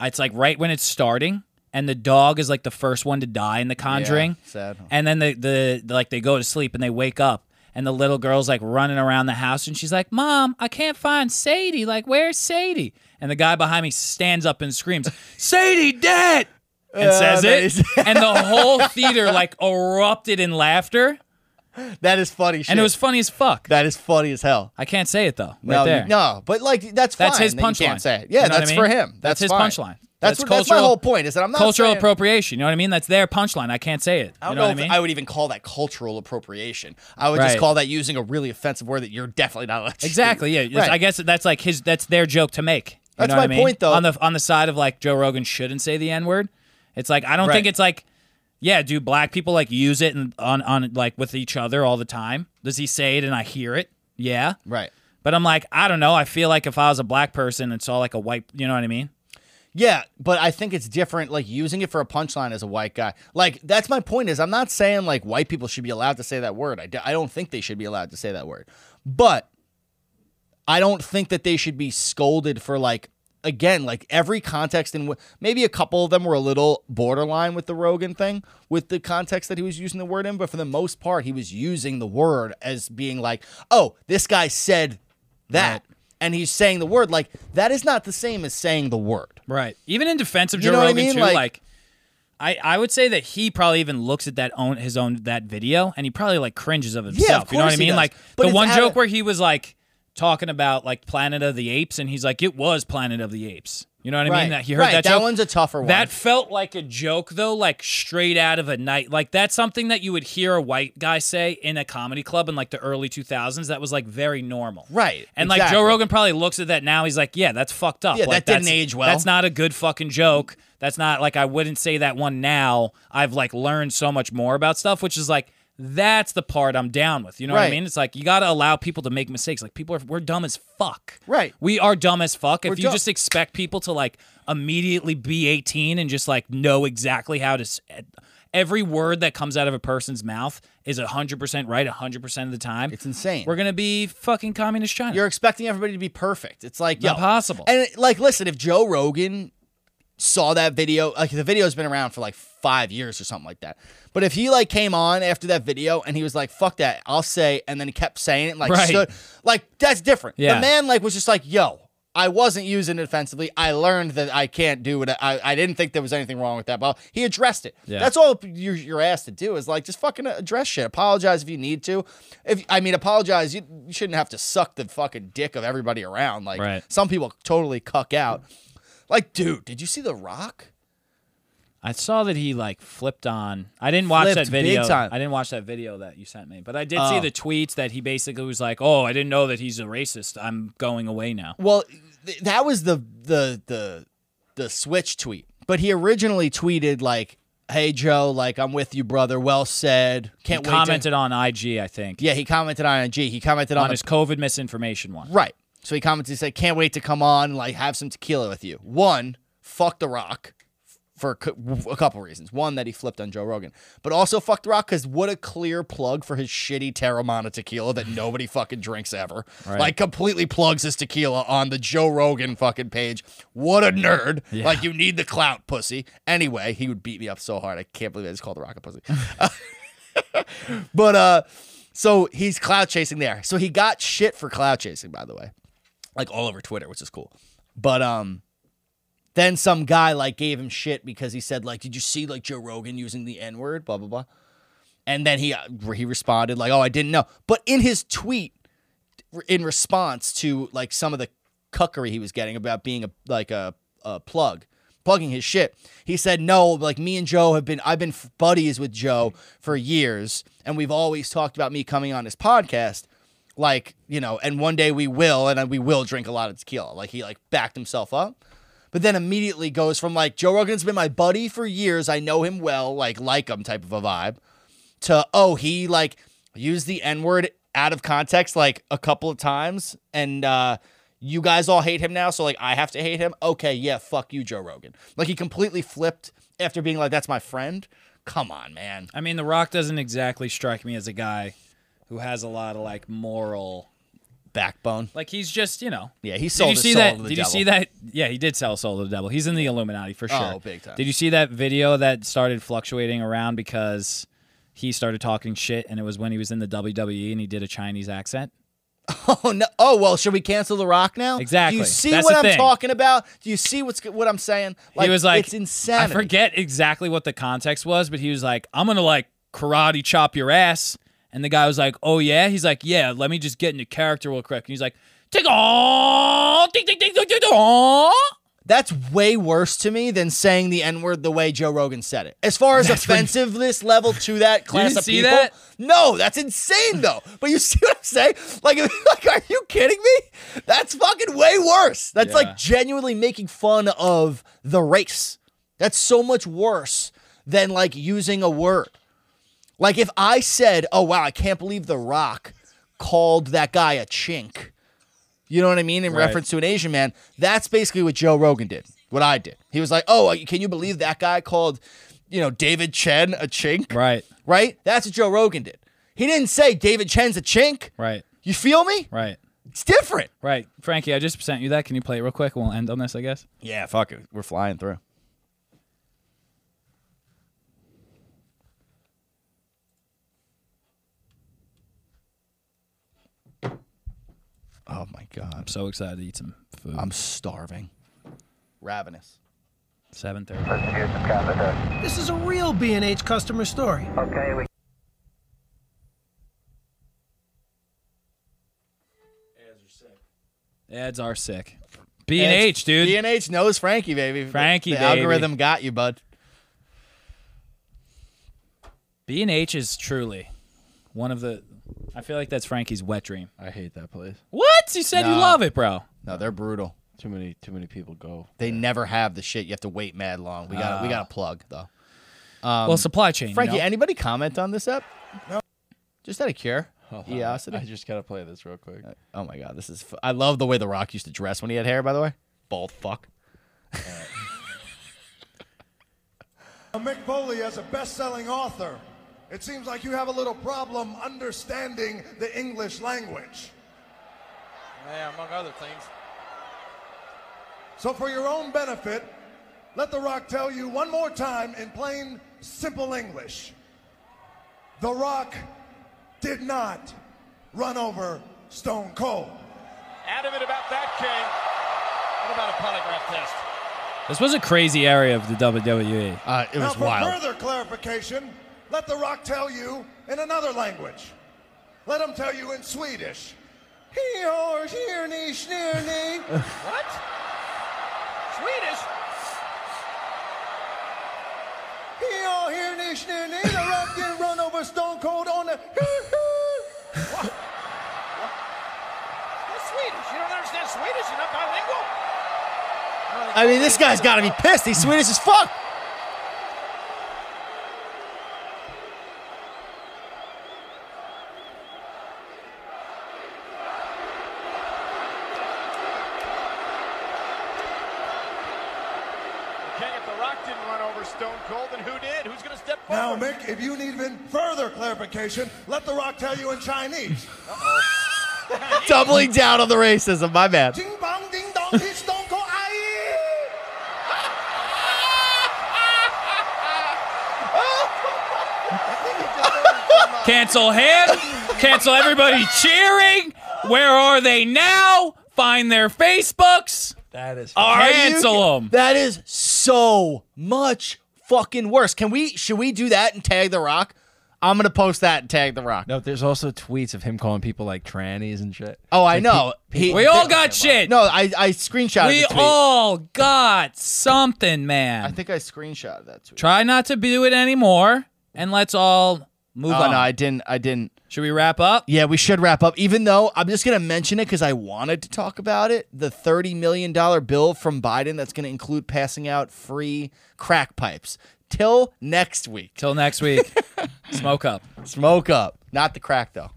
it's like right when it's starting, and the dog is like the first one to die in The Conjuring. sad. And then the, the like they go to sleep and they wake up and the little girl's like running around the house and she's like, "Mom, I can't find Sadie. Like, where's Sadie?" And the guy behind me stands up and screams, "Sadie dead!" and says nice. it, and the whole theater like erupted in laughter, That is funny shit. and it was funny as fuck. that is funny as hell. I can't say it though. Right no, there. you- no, but like that's fine. That's his that you can't punchline. say it. You Yeah, know what that's I for mean? him. That's That's, his fine. punchline. That's, That's what- that's my cultural- whole point. Is that I'm not cultural saying- appropriation. You know what I mean? That's their punchline. I can't say it. I you don't know, know, what I if mean? I would even call that cultural appropriation. I would Right. just call that using a really offensive word that you're definitely not allowed to use. exactly. Yeah. It's- Right. I guess that's like his. That's their joke to make. You That's know what my I mean? point, though. On the on the side of like Joe Rogan shouldn't say the n word. It's like I don't Right. think it's like. Yeah, do black people like use it and on on like with each other all the time? Does he say it and I hear it? Yeah. Right. But I'm like, I don't know. I feel like if I was a black person and saw like a white, you know what I mean? Yeah, but I think it's different. Like using it for a punchline as a white guy. Like that's my point. Is I'm not saying like white people should be allowed to say that word. I, d- I don't think they should be allowed to say that word. But I don't think that they should be scolded for like again like every context and maybe a couple of them were a little borderline with the Rogan thing with the context that he was using the word in. But for the most part, he was using the word as being like, oh, this guy said that. And he's saying the word like that is not the same as saying the word. Right. Even in defense of You Joe know what I Rogan mean? too, like, Like- I, I would say that he probably even looks at that own his own that video and he probably like cringes of himself. you know what course I he mean? does. Like But the it's one at joke a- where he was like talking about like Planet of the Apes and he's like, It was Planet of the Apes. You know what I mean? Right. That he heard Right. that That joke. one's a tougher one. That felt like a joke though, like straight out of a night. Like that's something that you would hear a white guy say in a comedy club in like the early 2000s. That was like very normal. Right, And like exactly. Joe Rogan probably looks at that now. He's like, yeah, that's fucked up. Yeah, Like, that didn't that's- age well. That's not a good fucking joke. That's not like I wouldn't say that one now. I've like learned so much more about stuff, which is like that's the part I'm down with. You know what I Right. mean? It's like you got to allow people to make mistakes. Like people are we're dumb as fuck. Right. We are dumb as fuck. if you dumb. just expect people to like immediately be 18 and just like know exactly how to s- every word that comes out of a person's mouth is 100% right 100% of the time. It's insane. We're going to be fucking communist China. You're expecting everybody to be perfect. It's like yo, Impossible. And it- like, listen, if Joe Rogan saw that video, like the video's been around for like five years or something like that. But if he like came on after that video and he was like, "Fuck that," I'll say, and then he kept saying it, like, Right. stood, like that's different. Yeah. The man like was just like, "Yo." I wasn't using it offensively. I learned that I can't do it. I, I didn't think there was anything wrong with that, but he addressed it. Yeah. That's all you're, you're asked to do is like just fucking address shit. Apologize if you need to. If I mean, apologize. You, you shouldn't have to suck the fucking dick of everybody around. Like Right. some people totally cuck out. Like, dude, did you see The Rock? I saw that he like flipped on. I didn't watch that Flipped big video. time. Oh. I didn't watch that video that you sent me, but I did see the tweets that he basically was like, "Oh, I didn't know that he's a racist. I'm going away now." Well, th- that was the the the the switch tweet. But he originally tweeted like, "Hey Joe, like I'm with you, brother. Well said. He Can't wait." to-" commented on IG, I think, yeah, he commented on IG. He commented on on the his COVID misinformation one. Right. So he commented, he said, "Can't wait to come on, like have some tequila with you." One, fuck the Rock f- for a cou- a couple reasons. One that he flipped on Joe Rogan, but also fuck the Rock because what a clear plug for his shitty Terramana tequila that nobody fucking drinks ever. Like completely plugs his tequila on the Joe Rogan fucking page. What a nerd! Like you need the clout, pussy. Anyway, he would beat me up so hard. I can't believe I just called the Rock a pussy. But uh so he's cloud chasing there. So he got shit for cloud chasing, by the way. Like all over Twitter, which is cool. But um then some guy like gave him shit because he said like, "Did you see like Joe Rogan using the N word?" blah blah blah. And then he uh, he responded like, "Oh, I didn't know." But in his tweet in response to like some of the cuckery he was getting about being a like a, a plug plugging his shit he said no like me and joe have been i've been f- buddies with joe for years and we've always talked about me coming on his podcast like you know and one day we will and we will drink a lot of tequila like he like backed himself up but then immediately goes from like joe rogan's been my buddy for years i know him well like like him type of a vibe to oh he like used the n word out of context like a couple of times and uh you guys all hate him now so like i have to hate him okay yeah fuck you joe rogan like he completely flipped after being like that's my friend come on man I mean, The Rock doesn't exactly strike me as a guy who has a lot of like moral backbone. Like he's just, you know. Yeah, he sold Did you his see soul that? to the did devil. you see that? Yeah, he did sell his soul to the devil. He's in the Illuminati for sure. Oh, big time. Did you see that video that started fluctuating around because he started talking shit, and it was when he was in the WWE and he did a Chinese accent? Oh no! Oh well, should we cancel The Rock now? Do Exactly. you see That's what the I'm thing. talking about? Do you see what's what I'm saying? Like, he was like, it's insanity. I forget exactly what the context was, but he was like, I'm gonna like karate chop your ass. And the guy was like, Oh yeah. He's like, Yeah, let me just get into character real quick. And he's like, Take on, ding ding ding ding ding dong. That's way worse to me than saying the N word the way Joe Rogan said it. As far as offensiveness level to that class didn't of see people, that? no, that's insane though. But you see what I'm saying? Like, like, are you kidding me? That's fucking way worse. That's Yeah. like genuinely making fun of the race. That's so much worse than like using a word. Like if I said, "Oh wow, I can't believe The Rock called that guy a chink," you know what I mean? In Right. reference to an Asian man, that's basically what Joe Rogan did. What I did, he was like, "Oh, can you believe that guy called, you know, David Chen a chink?" Right, Right? That's what Joe Rogan did. He didn't say David Chen's a chink. right, You feel me? right, It's different. right. Frankie, I just sent you that. Can you play it real quick? We'll end on this, I guess. Yeah, fuck it. We're flying through. Oh my god. I'm so excited to eat some food. I'm starving. Ravenous. Seven thirty. This is a real B&H customer story. Ads are sick. B and H, dude. B and H knows Frankie, baby. Frankie, the baby. algorithm got you, bud. B and H is truly one of the. I feel like that's Frankie's wet dream. I hate that place. What? You said you No. love it, bro. No, they're brutal. Too many, too many people go. They never have the shit. You have to wait mad long. We got we got a plug though. well, supply chain. Um, Frankie, Ah. you know? anybody comment on this app? No. Just out of care. Oh, Yeah, I just gotta play this real quick. Oh my god, this is. F- I love the way The Rock used to dress when he had hair. By the way, bald fuck. Mick Foley, as a best-selling author, it seems like you have a little problem understanding the English language. Yeah, among other things. So for your own benefit, let The Rock tell you one more time in plain, simple English. The Rock did not run over Stone Cold. Adamant about that, King. What about a polygraph test? this was a crazy area of the E. WWE. Uh, it now was for wild. further clarification, let The Rock tell you in another language. Let him tell you in Swedish. Hee-haw, sneer-nee, sneer-nee. What? Swedish? He all here, Nish, and The Rock did run over Stone Cold on the. That's Swedish. You don't understand Swedish? You're not bilingual? I mean, this guy's got to be pissed. He's Swedish as fuck. King, if The Rock didn't run over Stone Cold, then who did? Who's going to step now, forward? Mick, if you need even further clarification, let The Rock tell you in Chinese. Doubling down on the racism. My bad. Ding bong, ding dong, it's Stone Cold. Aye. Cancel him. Cancel everybody cheering. Where are they now? Find their Facebooks. That is. Are you- Cancel them. That is so much fucking worse. Can we? Should we do that and tag The Rock? I'm gonna post that and tag The Rock. No, there's also tweets of him calling people like trannies and shit. Oh, I know. He- We all got shit. No, I I screenshotted. we the tweet. all got something, I man. think I screenshotted that tweet. Try not to do it anymore, and let's all move Oh on. no, I didn't. I didn't. Should we wrap up? Yeah, we should wrap up. Even though I'm just gonna mention it because I wanted to talk about it. The thirty million dollar bill from Biden that's gonna include passing out free crack pipes till next week. Till next week. Smoke up. Smoke up, not the crack though.